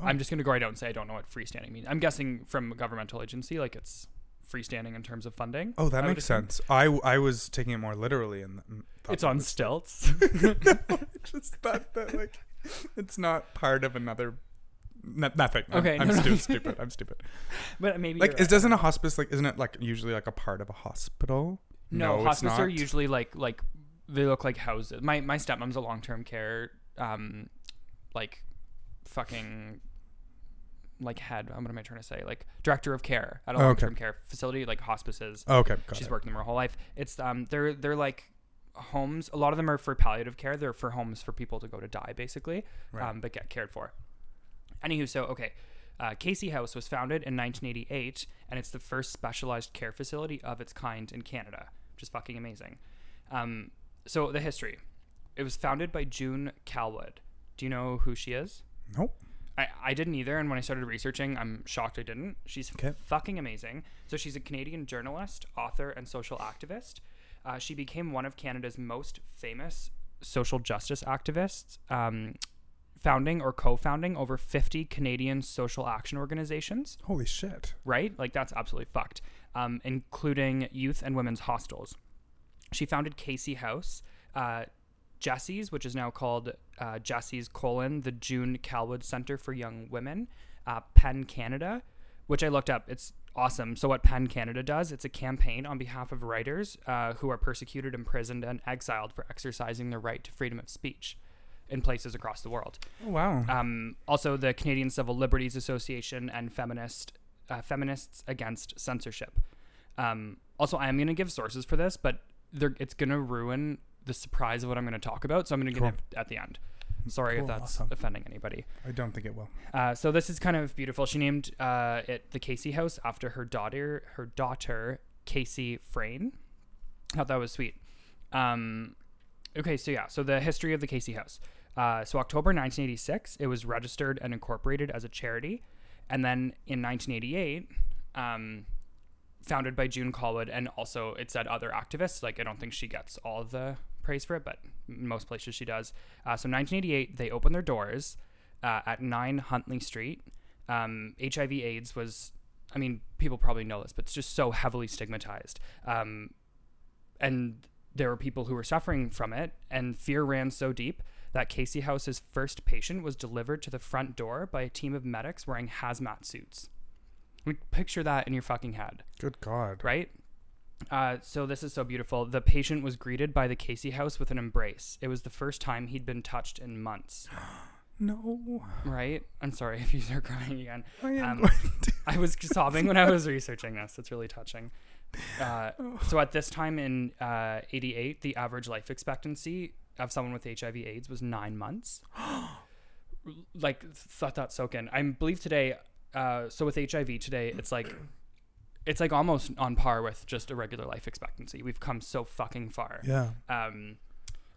Speaker 1: Oh.
Speaker 2: I'm just going to go right out and say I don't know what freestanding means. I'm guessing from a governmental agency, like it's freestanding in terms of funding.
Speaker 1: Oh, that
Speaker 2: I would
Speaker 1: makes
Speaker 2: assume.
Speaker 1: sense. I, I was taking it more literally and thought
Speaker 2: It's
Speaker 1: that
Speaker 2: on
Speaker 1: was- [LAUGHS]
Speaker 2: stilts. [LAUGHS]
Speaker 1: just thought that like [LAUGHS] it's not part of another no, nothing. I'm-
Speaker 2: Okay,
Speaker 1: I'm,
Speaker 2: no, no. [LAUGHS]
Speaker 1: stu- stupid. I'm stupid.
Speaker 2: but maybe
Speaker 1: Like,
Speaker 2: you're
Speaker 1: is
Speaker 2: right.
Speaker 1: doesn't a hospice like isn't it like usually like a part of a hospital?
Speaker 2: No,
Speaker 1: it's
Speaker 2: hospice are
Speaker 1: not.
Speaker 2: usually like like they look like houses. My my stepmom's a long term care um like fucking like head. What am I trying to say? Like director of care at a
Speaker 1: Oh, okay.
Speaker 2: long term care facility, like hospices.
Speaker 1: Oh, okay, got
Speaker 2: She's
Speaker 1: it.
Speaker 2: worked in them her whole life. It's um they're they're like homes. A lot of them are for palliative care. They're for homes for people to go to die basically,
Speaker 1: Right.
Speaker 2: um, but get cared for. Anywho, so okay. Uh, Casey House was founded in 1988, and it's the first specialized care facility of its kind in Canada. which is fucking amazing. Um, so the history. It was founded by June Calwood. Do you know who she is?
Speaker 1: Nope.
Speaker 2: I, I didn't either, and when I started researching, I'm shocked I didn't. She's
Speaker 1: Okay.
Speaker 2: fucking amazing. So she's a Canadian journalist, author, and social activist. Uh, she became one of Canada's most famous social justice activists, um, founding or co-founding over 50 Canadian social action organizations
Speaker 1: Holy shit.
Speaker 2: right? Like that's absolutely fucked, um, including youth and women's hostels. She founded Casey House, uh, Jessie's, which is now called uh, Jessie's colon, the June Calwood Center for Young Women, uh, Penn Canada, which I looked up. It's awesome. So what Penn Canada does, it's a campaign on behalf of writers uh, who are persecuted, imprisoned, and exiled for exercising their right to freedom of speech in places across the world.
Speaker 1: Oh, wow.
Speaker 2: Um, also, the Canadian Civil Liberties Association and feminist uh, feminists against censorship. Um, also, I am going to give sources for this, but they're, it's going to ruin the surprise of what I'm going to talk about. So I'm going to
Speaker 1: Cool.
Speaker 2: give it at the end. Sorry
Speaker 1: Cool,
Speaker 2: if that's
Speaker 1: awesome.
Speaker 2: offending anybody.
Speaker 1: I don't think it will.
Speaker 2: Uh, so this is kind of beautiful. She named uh, it the Casey House after her daughter, her daughter Casey Frayne. I thought that was sweet. Um, okay, so yeah, so the history of the Casey House. Uh, so October 1986, it was registered and incorporated as a charity, and then in 1988, um, founded by June Colwood, and also it said other activists. Like I don't think she gets all of the praise for it, but in most places she does. Uh, so 1988, they opened their doors uh, at 9 Huntley Street. Um, HIV/AIDS was, I mean, people probably know this, but it's just so heavily stigmatized. Um, and there were people who were suffering from it, and fear ran so deep that Casey House's first patient was delivered to the front door by a team of medics wearing hazmat suits. I mean, picture that in your fucking head
Speaker 1: Good God.
Speaker 2: right? Uh, so this is so beautiful. The patient was greeted by the Casey house with an embrace. It was the first time he'd been touched in months.
Speaker 1: [GASPS] No.
Speaker 2: Right? I'm sorry [LAUGHS] if you start crying again.
Speaker 1: I am
Speaker 2: Um,
Speaker 1: going to. [LAUGHS]
Speaker 2: I was sobbing when I was researching this. It's really touching. Uh, so at this time in uh, 88, the average life expectancy of someone with HIV/AIDS was nine months. like, let that soak in. I believe today. Uh, so with HIV today, it's like, it's like almost on par with just a regular life expectancy. We've come so fucking far.
Speaker 1: Yeah.
Speaker 2: Um,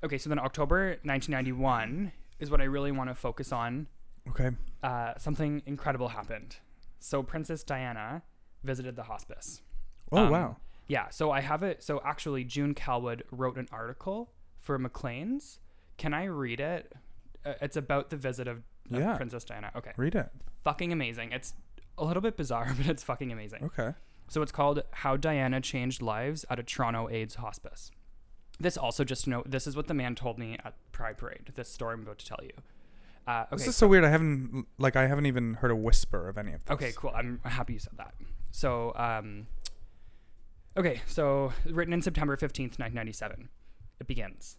Speaker 2: okay, so then October 1991 is what I really want to focus on
Speaker 1: Okay.
Speaker 2: uh, something incredible happened. So Princess Diana visited the hospice.
Speaker 1: Oh,
Speaker 2: Um,
Speaker 1: wow.
Speaker 2: Yeah, so I have it. So actually, June Calwood wrote an article for Maclean's. Can I read it? Uh, It's about the visit of, of
Speaker 1: Yeah.
Speaker 2: Princess Diana. Okay,
Speaker 1: Read it.
Speaker 2: fucking amazing. It's a little bit bizarre, [LAUGHS] but it's fucking amazing.
Speaker 1: Okay.
Speaker 2: So it's called How Diana Changed Lives at a Toronto AIDS Hospice. This also just to note, this is what the man told me at Pride Parade. This story I'm about to tell you. Uh, okay,
Speaker 1: This is so weird. I haven't like I haven't even heard a whisper of any of this.
Speaker 2: Okay, cool. I'm happy you said that. So, um, okay, so written in September 15th, 1997, it begins.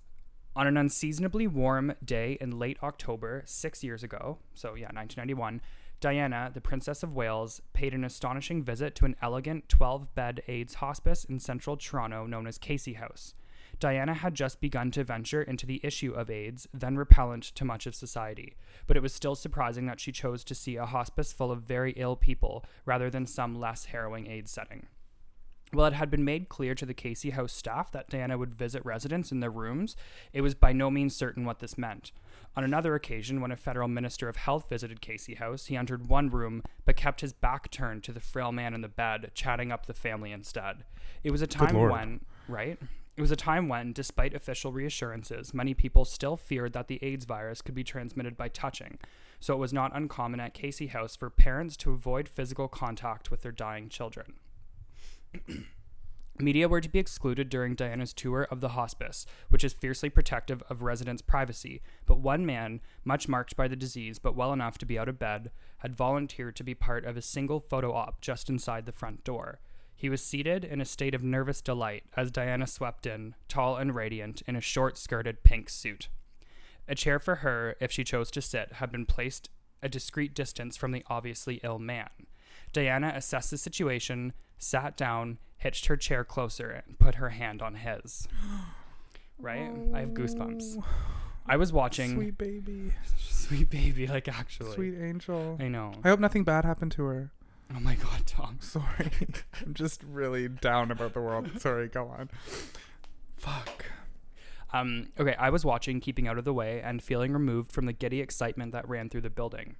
Speaker 2: On an unseasonably warm day in late October, six years ago, so yeah, 1991, Diana, the Princess of Wales, paid an astonishing visit to an elegant 12 bed AIDS hospice in central Toronto known as Casey House. Diana had just begun to venture into the issue of AIDS, then repellent to much of society, but it was still surprising that she chose to see a hospice full of very ill people rather than some less harrowing AIDS setting. While it had been made clear to the Casey House staff that Diana would visit residents in their rooms, it was by no means certain what this meant. On another occasion, when a federal minister of health visited Casey House, he entered one room but kept his back turned to the frail man in the bed, chatting up the family instead. It was a time
Speaker 1: Lord.
Speaker 2: when, right? It was a time when, despite official reassurances, many people still feared that the AIDS virus could be transmitted by touching, so it was not uncommon at Casey House for parents to avoid physical contact with their dying children. Media were to be excluded during Diana's tour of the hospice, which is fiercely protective of residents' privacy. But one man, much marked by the disease but well enough to be out of bed, had volunteered to be part of a single photo op just inside the front door. He was seated in a state of nervous delight as Diana swept in, tall and radiant, in a short skirted pink suit. A chair for her, if she chose to sit, had been placed a discreet distance from the obviously ill man. Diana assessed the situation, sat down, hitched her chair closer, and put her hand
Speaker 1: [GASPS]
Speaker 2: on his. Right? I have goosebumps. I was watching
Speaker 1: Oh, Sweet baby.
Speaker 2: [LAUGHS] Sweet baby, like actually.
Speaker 1: Sweet angel.
Speaker 2: I know.
Speaker 1: I hope nothing bad happened to her. [LAUGHS]
Speaker 2: Oh my god, Tom.
Speaker 1: Sorry. [LAUGHS] I'm just really down about the world. [LAUGHS] Sorry, go on. Fuck.
Speaker 2: Um, okay, I was watching Keeping Out of the Way and feeling removed from the giddy excitement that ran through the building.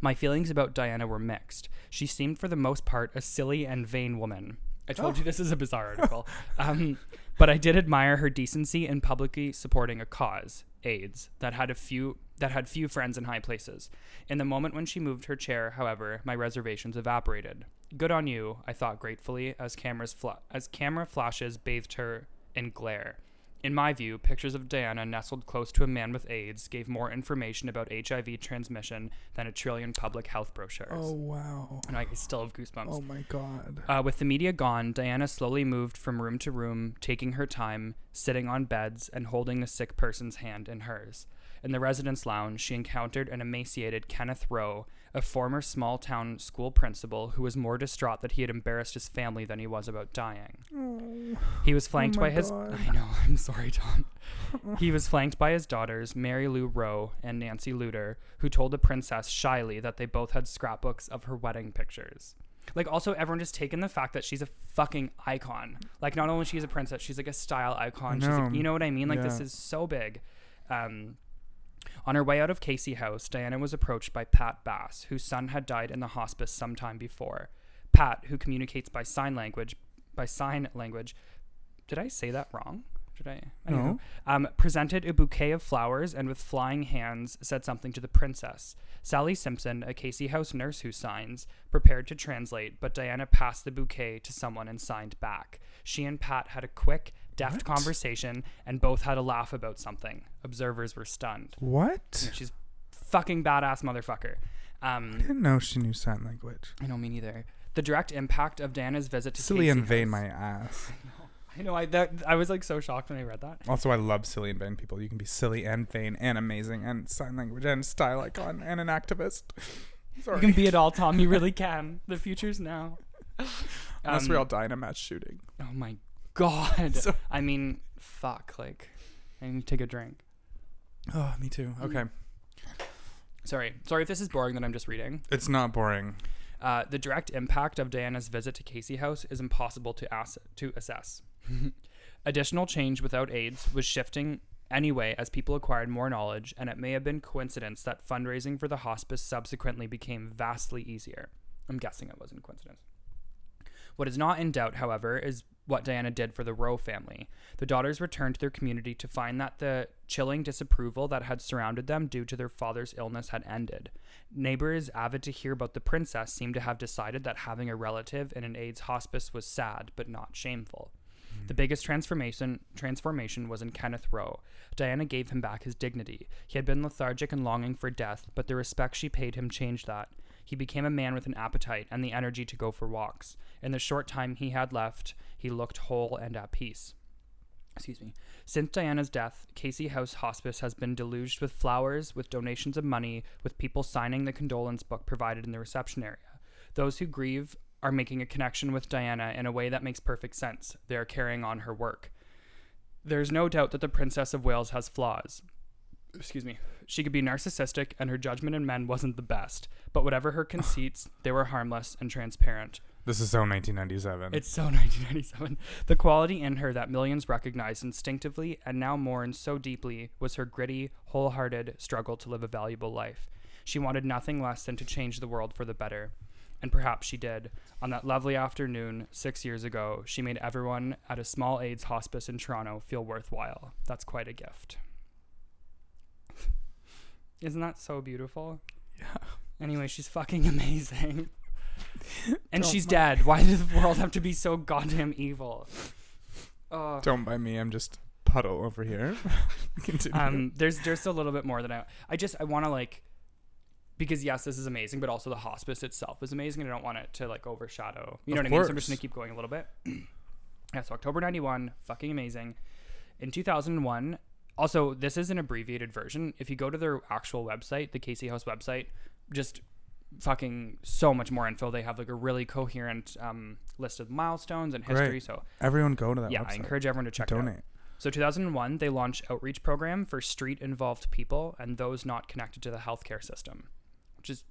Speaker 2: My feelings about Diana were mixed. She seemed, for the most part, a silly and vain woman. I told you this is a bizarre article. um, but I did admire her decency in publicly supporting a cause, AIDS, that had a few that had few friends in high places. In the moment when she moved her chair, however, my reservations evaporated. Good on you, I thought gratefully as cameras fla- as camera flashes bathed her in glare. In my view, pictures of Diana nestled close to a man with AIDS gave more information about HIV transmission than a trillion public health brochures.
Speaker 1: Oh. wow.
Speaker 2: And I still have goosebumps.
Speaker 1: my god.
Speaker 2: Uh, with the media gone, Diana slowly moved from room to room, taking her time, sitting on beds, and holding the sick person's hand in hers. In the residence lounge, she encountered an emaciated Kenneth Rowe, a former small town school principal who was more distraught that he had embarrassed his family than he was about dying.
Speaker 1: Oh.
Speaker 2: He was flanked
Speaker 1: my
Speaker 2: by his.
Speaker 1: God.
Speaker 2: I know, I'm sorry,
Speaker 1: [LAUGHS]
Speaker 2: Tom. he was flanked by his daughters, Mary Lou Rowe and Nancy Luter, who told the princess shyly that they both had scrapbooks of her wedding pictures. Like, also, everyone just taken the fact that she's a fucking icon. Like, not only she's a princess, she's like a style icon. She's like,
Speaker 1: know.
Speaker 2: you know what I mean? Like, this
Speaker 1: Yeah.
Speaker 2: is so big. Um, on her way out of Casey House, Diana was approached by Pat Bass, whose son had died in the hospice sometime before. Pat, who communicates by sign language, by sign language, did I say that wrong? Did I? I don't
Speaker 1: No.
Speaker 2: know. Um, presented a bouquet of flowers and with flying hands said something to the princess. Sally Simpson, a Casey House nurse who signs, prepared to translate, but Diana passed the bouquet to someone and signed back. She and Pat had a quick, deft
Speaker 1: What?
Speaker 2: conversation and both had a laugh about something. Observers were stunned.
Speaker 1: What?
Speaker 2: She's fucking badass motherfucker. Um,
Speaker 1: didn't know she knew sign language.
Speaker 2: I don't mean either. The direct impact of Diana's visit to
Speaker 1: Silly
Speaker 2: Casey
Speaker 1: and vain,
Speaker 2: House-
Speaker 1: my ass.
Speaker 2: I know. I that, I was like so shocked when I read that.
Speaker 1: Also, I love silly and vain people. You can be silly and vain and amazing and sign language and style icon and an activist. [LAUGHS] Sorry. [LAUGHS]
Speaker 2: You can be it all, Tom. You really can. The future's now.
Speaker 1: Unless we
Speaker 2: Um,
Speaker 1: all die in a mass shooting.
Speaker 2: Oh my god.
Speaker 1: So-
Speaker 2: I mean, fuck. Like, I need to take a drink.
Speaker 1: Oh, me too. Okay.
Speaker 2: Sorry. Sorry if this is boring that I'm just reading.
Speaker 1: It's not boring.
Speaker 2: Uh, the direct impact of Diana's visit to Casey House is impossible to, ass- to assess. Additional change without AIDS was shifting anyway as people acquired more knowledge, and it may have been coincidence that fundraising for the hospice subsequently became vastly easier. I'm guessing it wasn't coincidence. What is not in doubt, however, is what Diana did for the Rowe family. The daughters returned to their community to find that the chilling disapproval that had surrounded them due to their father's illness had ended. Neighbors avid to hear about the princess seemed to have decided that having a relative in an AIDS hospice was sad but not shameful. The biggest transformation transformation was in Kenneth Rowe. Diana gave him back his dignity. He had been lethargic and longing for death, but the respect she paid him changed that. He became a man with an appetite and the energy to go for walks. In the short time he had left, he looked whole and at peace. Excuse me. Since Diana's death, Casey House Hospice has been deluged with flowers, with donations of money, with people signing the condolence book provided in the reception area. Those who grieve are making a connection with Diana in a way that makes perfect sense. They are carrying on her work. There's no doubt that the Princess of Wales has flaws. Excuse me. She could be narcissistic, and her judgment in men wasn't the best. But whatever her conceits, they were harmless and transparent.
Speaker 1: This is so 1997.
Speaker 2: It's so [LAUGHS] 1997. The quality in her that millions recognized instinctively and now mourn so deeply was her gritty, wholehearted struggle to live a valuable life. She wanted nothing less than to change the world for the better. And perhaps she did. On that lovely afternoon, six years ago, she made everyone at a small AIDS hospice in Toronto feel worthwhile. That's quite a gift. [LAUGHS] Isn't that so beautiful?
Speaker 1: Yeah.
Speaker 2: Anyway, she's
Speaker 1: [LAUGHS]
Speaker 2: fucking amazing. and
Speaker 1: Don't
Speaker 2: she's
Speaker 1: mind.
Speaker 2: dead. Why does the world have to be so goddamn
Speaker 1: [LAUGHS]
Speaker 2: evil? Oh.
Speaker 1: Don't buy me. I'm just puddle over here. [LAUGHS] Continue.
Speaker 2: Um, there's there's a little bit more that I I just I want to like because yes, this is amazing, but also the hospice itself is amazing, and I don't want it to like overshadow. You know
Speaker 1: Of
Speaker 2: what I mean? So I'm just
Speaker 1: course.
Speaker 2: gonna keep going a little bit. [CLEARS THROAT] yeah, so October '91, fucking amazing. In 2001, also this is an abbreviated version. If you go to their actual website, the Casey House website, just fucking so much more info. They have like a really coherent um, list of milestones and history.
Speaker 1: Great.
Speaker 2: So
Speaker 1: Everyone go to that
Speaker 2: yeah,
Speaker 1: website.
Speaker 2: I encourage everyone to check it out.
Speaker 1: Donate.
Speaker 2: So 2001, they launched outreach program for street involved people and those not connected to the healthcare system, which is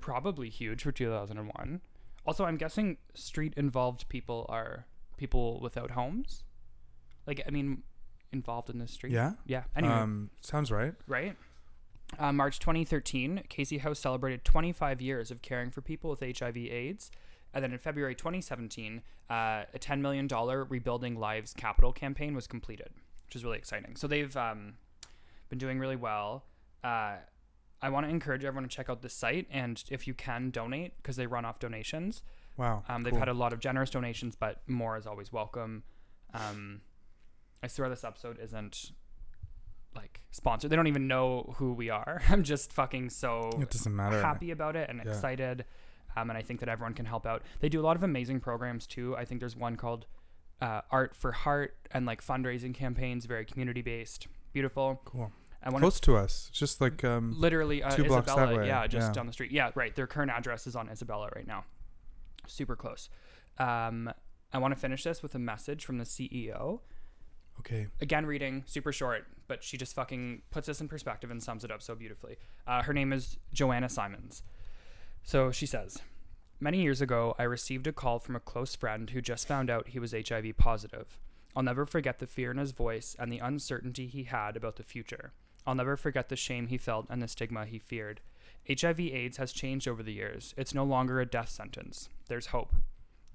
Speaker 2: probably huge for 2001. Also, I'm guessing street involved people are people without homes. Like, I mean, involved in the street.
Speaker 1: Yeah.
Speaker 2: Yeah. Anyway,
Speaker 1: Um, sounds right.
Speaker 2: right? Uh, March 2013, Casey House celebrated 25 years of caring for people with HIV/AIDS. And then in February 2017, uh, a $10 million Rebuilding Lives Capital campaign was completed, which is really exciting. So they've um, been doing really well. Uh, I want to encourage everyone to check out the site, and if you can donate, because they run off donations.
Speaker 1: Wow.
Speaker 2: Um, they've
Speaker 1: cool.
Speaker 2: had a lot of generous donations, but more is always welcome. Um, I swear this episode isn't like sponsored. They don't even know who we are. [LAUGHS] I'm just fucking so
Speaker 1: It doesn't matter.
Speaker 2: happy about it and
Speaker 1: Yeah.
Speaker 2: excited. Um, and I think that everyone can help out. They do a lot of amazing programs too. I think there's one called uh, Art for Heart and like fundraising campaigns, very community based, beautiful.
Speaker 1: Cool.
Speaker 2: I want to
Speaker 1: Close to us. It's Just like um.
Speaker 2: literally uh,
Speaker 1: Two
Speaker 2: Isabella.
Speaker 1: blocks that way,
Speaker 2: Yeah, just
Speaker 1: yeah.
Speaker 2: down the street. Yeah, right. Their current address is on Isabella right now. Super close. Um, I want to finish this with a message from the E CEO.
Speaker 1: Okay.
Speaker 2: Again, reading super short, but she just fucking puts this in perspective and sums it up so beautifully. Uh, her name is Joanna Simons. So she says, Many years ago, I received a call from a close friend who just found out he was HIV positive. I'll never forget the fear in his voice and the uncertainty he had about the future. I'll never forget the shame he felt and the stigma he feared. HIV AIDS has changed over the years. It's no longer a death sentence. There's hope.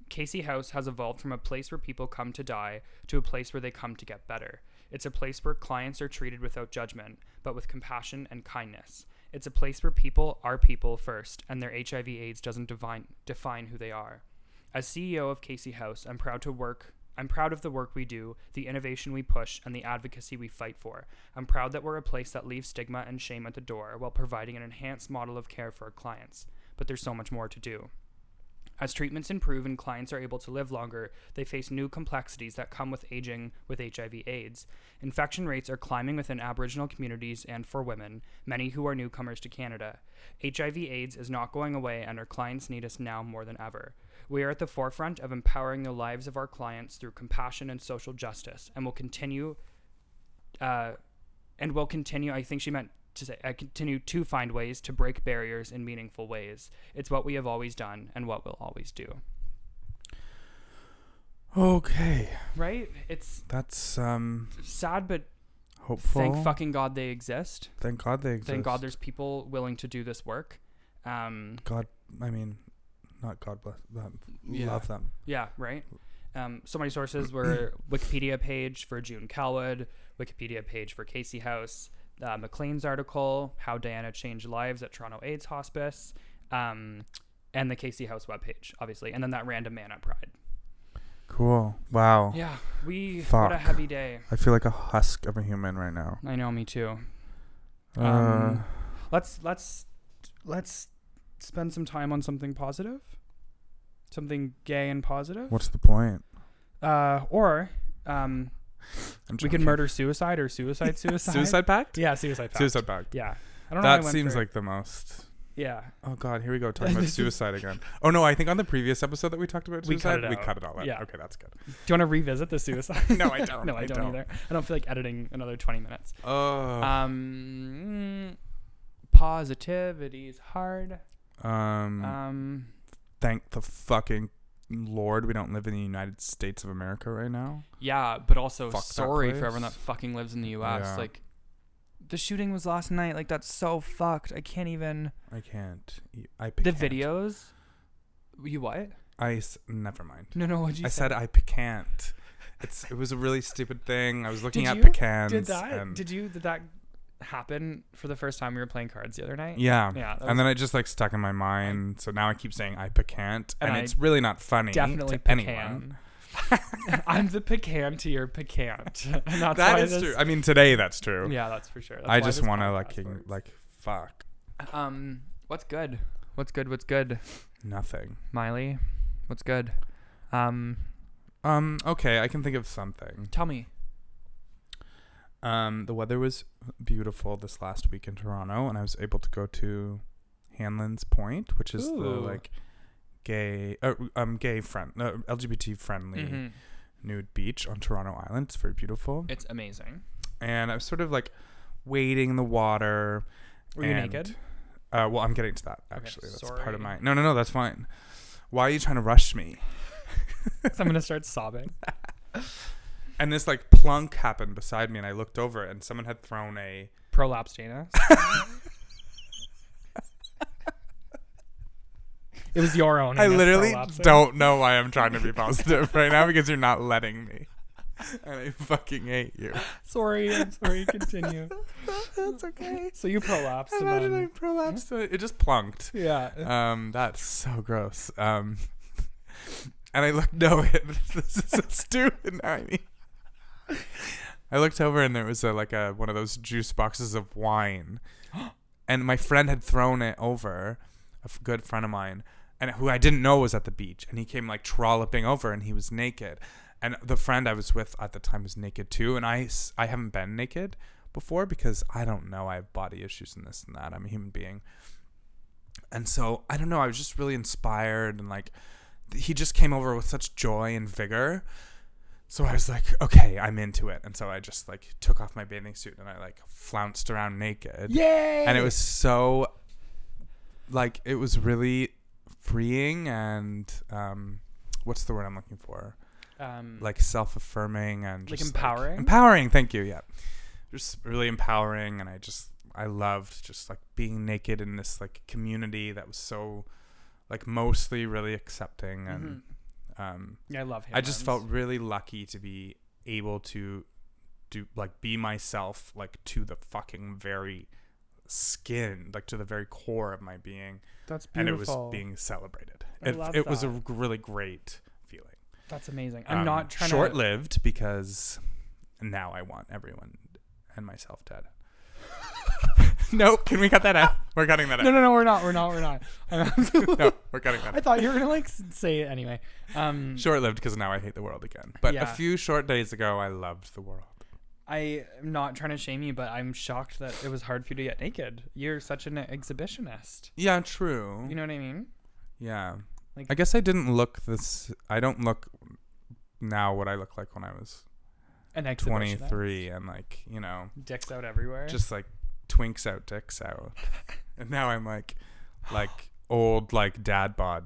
Speaker 2: Casey House has evolved from a place where people come to die to a place where they come to get better. It's a place where clients are treated without judgment, but with compassion and kindness. It's a place where people are people first, and their HIV AIDS doesn't define, define who they are. As CEO of Casey House, I'm proud to work. I'm proud of the work we do, the innovation we push, and the advocacy we fight for. I'm proud that we're a place that leaves stigma and shame at the door while providing an enhanced model of care for our clients. But there's so much more to do. As treatments improve and clients are able to live longer, they face new complexities that come with aging with HIV/AIDS. Infection rates are climbing within Aboriginal communities and for women, many who are newcomers to Canada. HIV/AIDS is not going away, and our clients need us now more than ever. We are at the forefront of empowering the lives of our clients through compassion and social justice, and will continue. Uh, and will continue. I think she meant to say, I continue to find ways to break barriers in meaningful ways. It's what we have always done and what we'll always do.
Speaker 1: Okay.
Speaker 2: Right? It's
Speaker 1: That's um
Speaker 2: sad, but
Speaker 1: hopeful.
Speaker 2: thank fucking God they exist.
Speaker 1: Thank God they exist.
Speaker 2: Thank God there's people willing to do this work. Um,
Speaker 1: God. I mean, not God bless them.
Speaker 3: Yeah.
Speaker 1: Love them.
Speaker 2: yeah, right? Um, so my sources [CLEARS THROAT] were Wikipedia page for June Calwood, Wikipedia page for Casey House, uh, McLean's article, How Diana Changed Lives at Toronto AIDS Hospice, um, and the Casey House webpage, obviously, and then that random man at Pride.
Speaker 1: Cool. Wow.
Speaker 2: Yeah, we what a
Speaker 1: Fuck.
Speaker 2: heavy day.
Speaker 1: I feel like a husk of a human right now.
Speaker 2: I know, me too.
Speaker 1: Uh,
Speaker 2: Um, Let's let's let's spend some time on something positive, something gay and positive,
Speaker 1: what's the point?
Speaker 2: uh, or um,
Speaker 1: I'm
Speaker 2: we could
Speaker 1: joking.
Speaker 2: murder suicide or [LAUGHS] suicide suicide.
Speaker 1: Suicide pact.
Speaker 2: Yeah, suicide. Pact.
Speaker 1: Suicide pact.
Speaker 2: Yeah, I don't know. why I
Speaker 1: That
Speaker 2: went
Speaker 1: seems
Speaker 2: for-
Speaker 1: like the most.
Speaker 2: yeah.
Speaker 1: Oh God, here we
Speaker 2: [LAUGHS]
Speaker 1: go talking about
Speaker 2: This is-
Speaker 1: suicide again. Oh no, I think on the previous episode that we talked about
Speaker 2: We cut
Speaker 1: suicide,
Speaker 2: it
Speaker 1: we
Speaker 2: out.
Speaker 1: cut it all out.
Speaker 2: Yeah.
Speaker 1: Okay, that's good. [LAUGHS]
Speaker 2: Do you want to revisit the suicide?
Speaker 1: No, I don't.
Speaker 2: [LAUGHS] no, I,
Speaker 1: I
Speaker 2: don't,
Speaker 1: don't.
Speaker 2: either. I don't feel like editing another twenty minutes.
Speaker 1: Oh.
Speaker 2: Um, positivity is hard.
Speaker 1: um.
Speaker 2: Um,
Speaker 1: thank the fucking Lord we don't live in the United States of America right now.
Speaker 2: Yeah, but also
Speaker 1: Fuck that
Speaker 2: sorry for everyone that
Speaker 1: place.
Speaker 2: fucking lives in the U.S.
Speaker 1: Yeah.
Speaker 2: Like, the shooting was last night. Like, that's so fucked. I can't even.
Speaker 1: I can't. e- I
Speaker 2: The
Speaker 1: pican't.
Speaker 2: videos. You what?
Speaker 1: I s- never mind.
Speaker 2: No, no. What you
Speaker 1: I
Speaker 2: say?
Speaker 1: said I pican't. It's it was a really stupid thing. I
Speaker 2: [LAUGHS]
Speaker 1: was looking
Speaker 2: Did
Speaker 1: at
Speaker 2: you?
Speaker 1: pecans.
Speaker 2: Did that?
Speaker 1: And,
Speaker 2: Did you? Did that happen for the first time we were playing cards the other night?
Speaker 1: yeah.
Speaker 2: Yeah. that was
Speaker 1: And then it just like stuck in my mind, so now I keep saying I pican't, and,
Speaker 2: And I
Speaker 1: it's really not funny
Speaker 2: definitely
Speaker 1: to anyone.
Speaker 2: pecan. [LAUGHS] I'm the pecan to your pecan. [LAUGHS] And that's
Speaker 1: That
Speaker 2: why
Speaker 1: is
Speaker 2: this-
Speaker 1: true. I mean, today that's true.
Speaker 2: Yeah, that's for sure. That's
Speaker 1: I
Speaker 2: why
Speaker 1: just
Speaker 2: this
Speaker 1: want to
Speaker 2: podcast
Speaker 1: like
Speaker 2: works.
Speaker 1: like fuck
Speaker 2: Um, what's good? What's good? What's good?
Speaker 1: nothing.
Speaker 2: Miley, what's good? Um,
Speaker 1: Um. Okay, I can think of something.
Speaker 2: tell me.
Speaker 1: Um, the weather was beautiful this last week in Toronto, and I was able to go to Hanlon's Point, which is the
Speaker 2: Ooh.
Speaker 1: like gay, uh, um, gay friend, uh, LGBT friendly
Speaker 2: Mhm.
Speaker 1: nude beach on Toronto Island. It's very beautiful,
Speaker 2: It's amazing.
Speaker 1: and I was sort of like wading in the water.
Speaker 2: Were you
Speaker 1: [LAUGHS] and-
Speaker 2: naked?
Speaker 1: Uh, well, I'm getting to that actually. that's part
Speaker 2: sorry.
Speaker 1: of my. No, no, no. That's fine. Why are you trying to rush me?
Speaker 2: 'Cause I'm gonna start sobbing.
Speaker 1: And this like plunk happened beside me, and I looked over, and someone had thrown a.
Speaker 2: Prolapsed
Speaker 1: [LAUGHS]
Speaker 2: anus. it was your own.
Speaker 1: I
Speaker 2: anus
Speaker 1: literally
Speaker 2: prolapsing.
Speaker 1: don't know why I'm trying to be positive right now because you're not letting me, and I fucking hate
Speaker 2: [LAUGHS]
Speaker 1: you.
Speaker 2: Sorry, I'm sorry. Continue.
Speaker 1: That's okay. [LAUGHS]
Speaker 2: So you prolapsed. and
Speaker 1: Imagine I
Speaker 2: then-
Speaker 1: prolapsed. It just plunked.
Speaker 2: yeah.
Speaker 1: Um, that's so gross. Um, [LAUGHS] and I looked. [LAUGHS] No, it, this is so stupid. I mean, I looked over and there was a, like a one of those juice boxes of wine, and my friend had thrown it over, a f- good friend of mine, and who I didn't know was at the beach, and he came like trolloping over, and he was naked, and the friend I was with at the time was naked too, and I s- I haven't been naked before because I don't know I have body issues and this and that. I'm a human being and so I don't know. I was just really inspired, and like th- he just came over with such joy and vigor. So I was like, okay, I'm into it. And so I just like took off my bathing suit and I like flounced around naked.
Speaker 2: Yay!
Speaker 1: And it was so, like, it was really freeing and um, what's the word I'm looking for?
Speaker 2: um,
Speaker 1: Like self affirming and
Speaker 2: Like
Speaker 1: just,
Speaker 2: empowering?
Speaker 1: empowering. Thank you. Yeah, just really empowering, and I just I loved just like being naked in this like community that was so like mostly really accepting, and
Speaker 2: mhm.
Speaker 1: um,
Speaker 2: Yeah, I love him.
Speaker 1: I just felt really lucky to be able to do like be myself like to the fucking very skin like to the very core of my being
Speaker 2: that's
Speaker 1: and it was
Speaker 2: beautiful.
Speaker 1: being celebrated
Speaker 2: I
Speaker 1: it,
Speaker 2: love
Speaker 1: it was a
Speaker 2: that.
Speaker 1: really great feeling
Speaker 2: That's amazing. I'm
Speaker 1: um,
Speaker 2: not trying to.
Speaker 1: short-lived because now I want everyone and myself dead. [LAUGHS] nope. Can we cut that out? We're cutting that out.
Speaker 2: [LAUGHS] [LAUGHS] No, no, no. We're not. We're not.
Speaker 1: [LAUGHS]
Speaker 2: We're not. I'm [LAUGHS] absolutely.
Speaker 1: No, we're cutting that
Speaker 2: I
Speaker 1: out.
Speaker 2: thought you were gonna like s- say it anyway. Um,
Speaker 1: Short-lived because now I hate the world again. But a
Speaker 2: Yeah.
Speaker 1: few short days ago, I loved the world.
Speaker 2: I am not trying to shame you, but I'm shocked that it was hard for you to get naked. You're such an exhibitionist.
Speaker 1: Yeah, true.
Speaker 2: You know what I mean?
Speaker 1: yeah.
Speaker 2: Like-
Speaker 1: I guess I didn't look this. I don't look now what I look like when I was
Speaker 2: An exhibitionist.
Speaker 1: 23 and like you know
Speaker 2: Dicks out everywhere.
Speaker 1: just like twinks out, dicks
Speaker 2: [LAUGHS]
Speaker 1: out. and now I'm like, like old like dad bod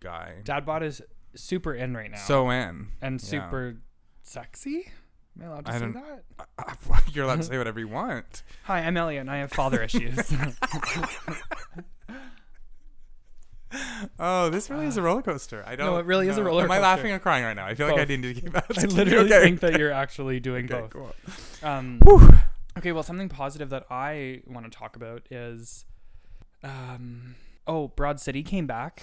Speaker 1: guy.
Speaker 2: Dad bod is super in right now.
Speaker 1: So in.
Speaker 2: and
Speaker 1: yeah.
Speaker 2: super sexy. Am I allowed to
Speaker 1: I
Speaker 2: say
Speaker 1: don't-
Speaker 2: that?
Speaker 1: [LAUGHS] You're allowed to say whatever you want.
Speaker 2: Hi, I'm Elliot, and I
Speaker 1: [LAUGHS]
Speaker 2: have father issues.
Speaker 1: Oh, this really is a roller coaster. I don't.
Speaker 2: Uh, it really is a
Speaker 1: know.
Speaker 2: roller
Speaker 1: Am I
Speaker 2: coaster.
Speaker 1: laughing or crying right now? I feel like I
Speaker 2: Both.
Speaker 1: didn't need
Speaker 2: [LAUGHS]
Speaker 1: to keep out. [LAUGHS]
Speaker 2: I literally
Speaker 1: okay.
Speaker 2: think that you're actually doing
Speaker 1: Okay,
Speaker 2: both.
Speaker 1: cool.
Speaker 2: Um, Okay, well, something positive that I want to talk about is, um, oh, Broad City came back,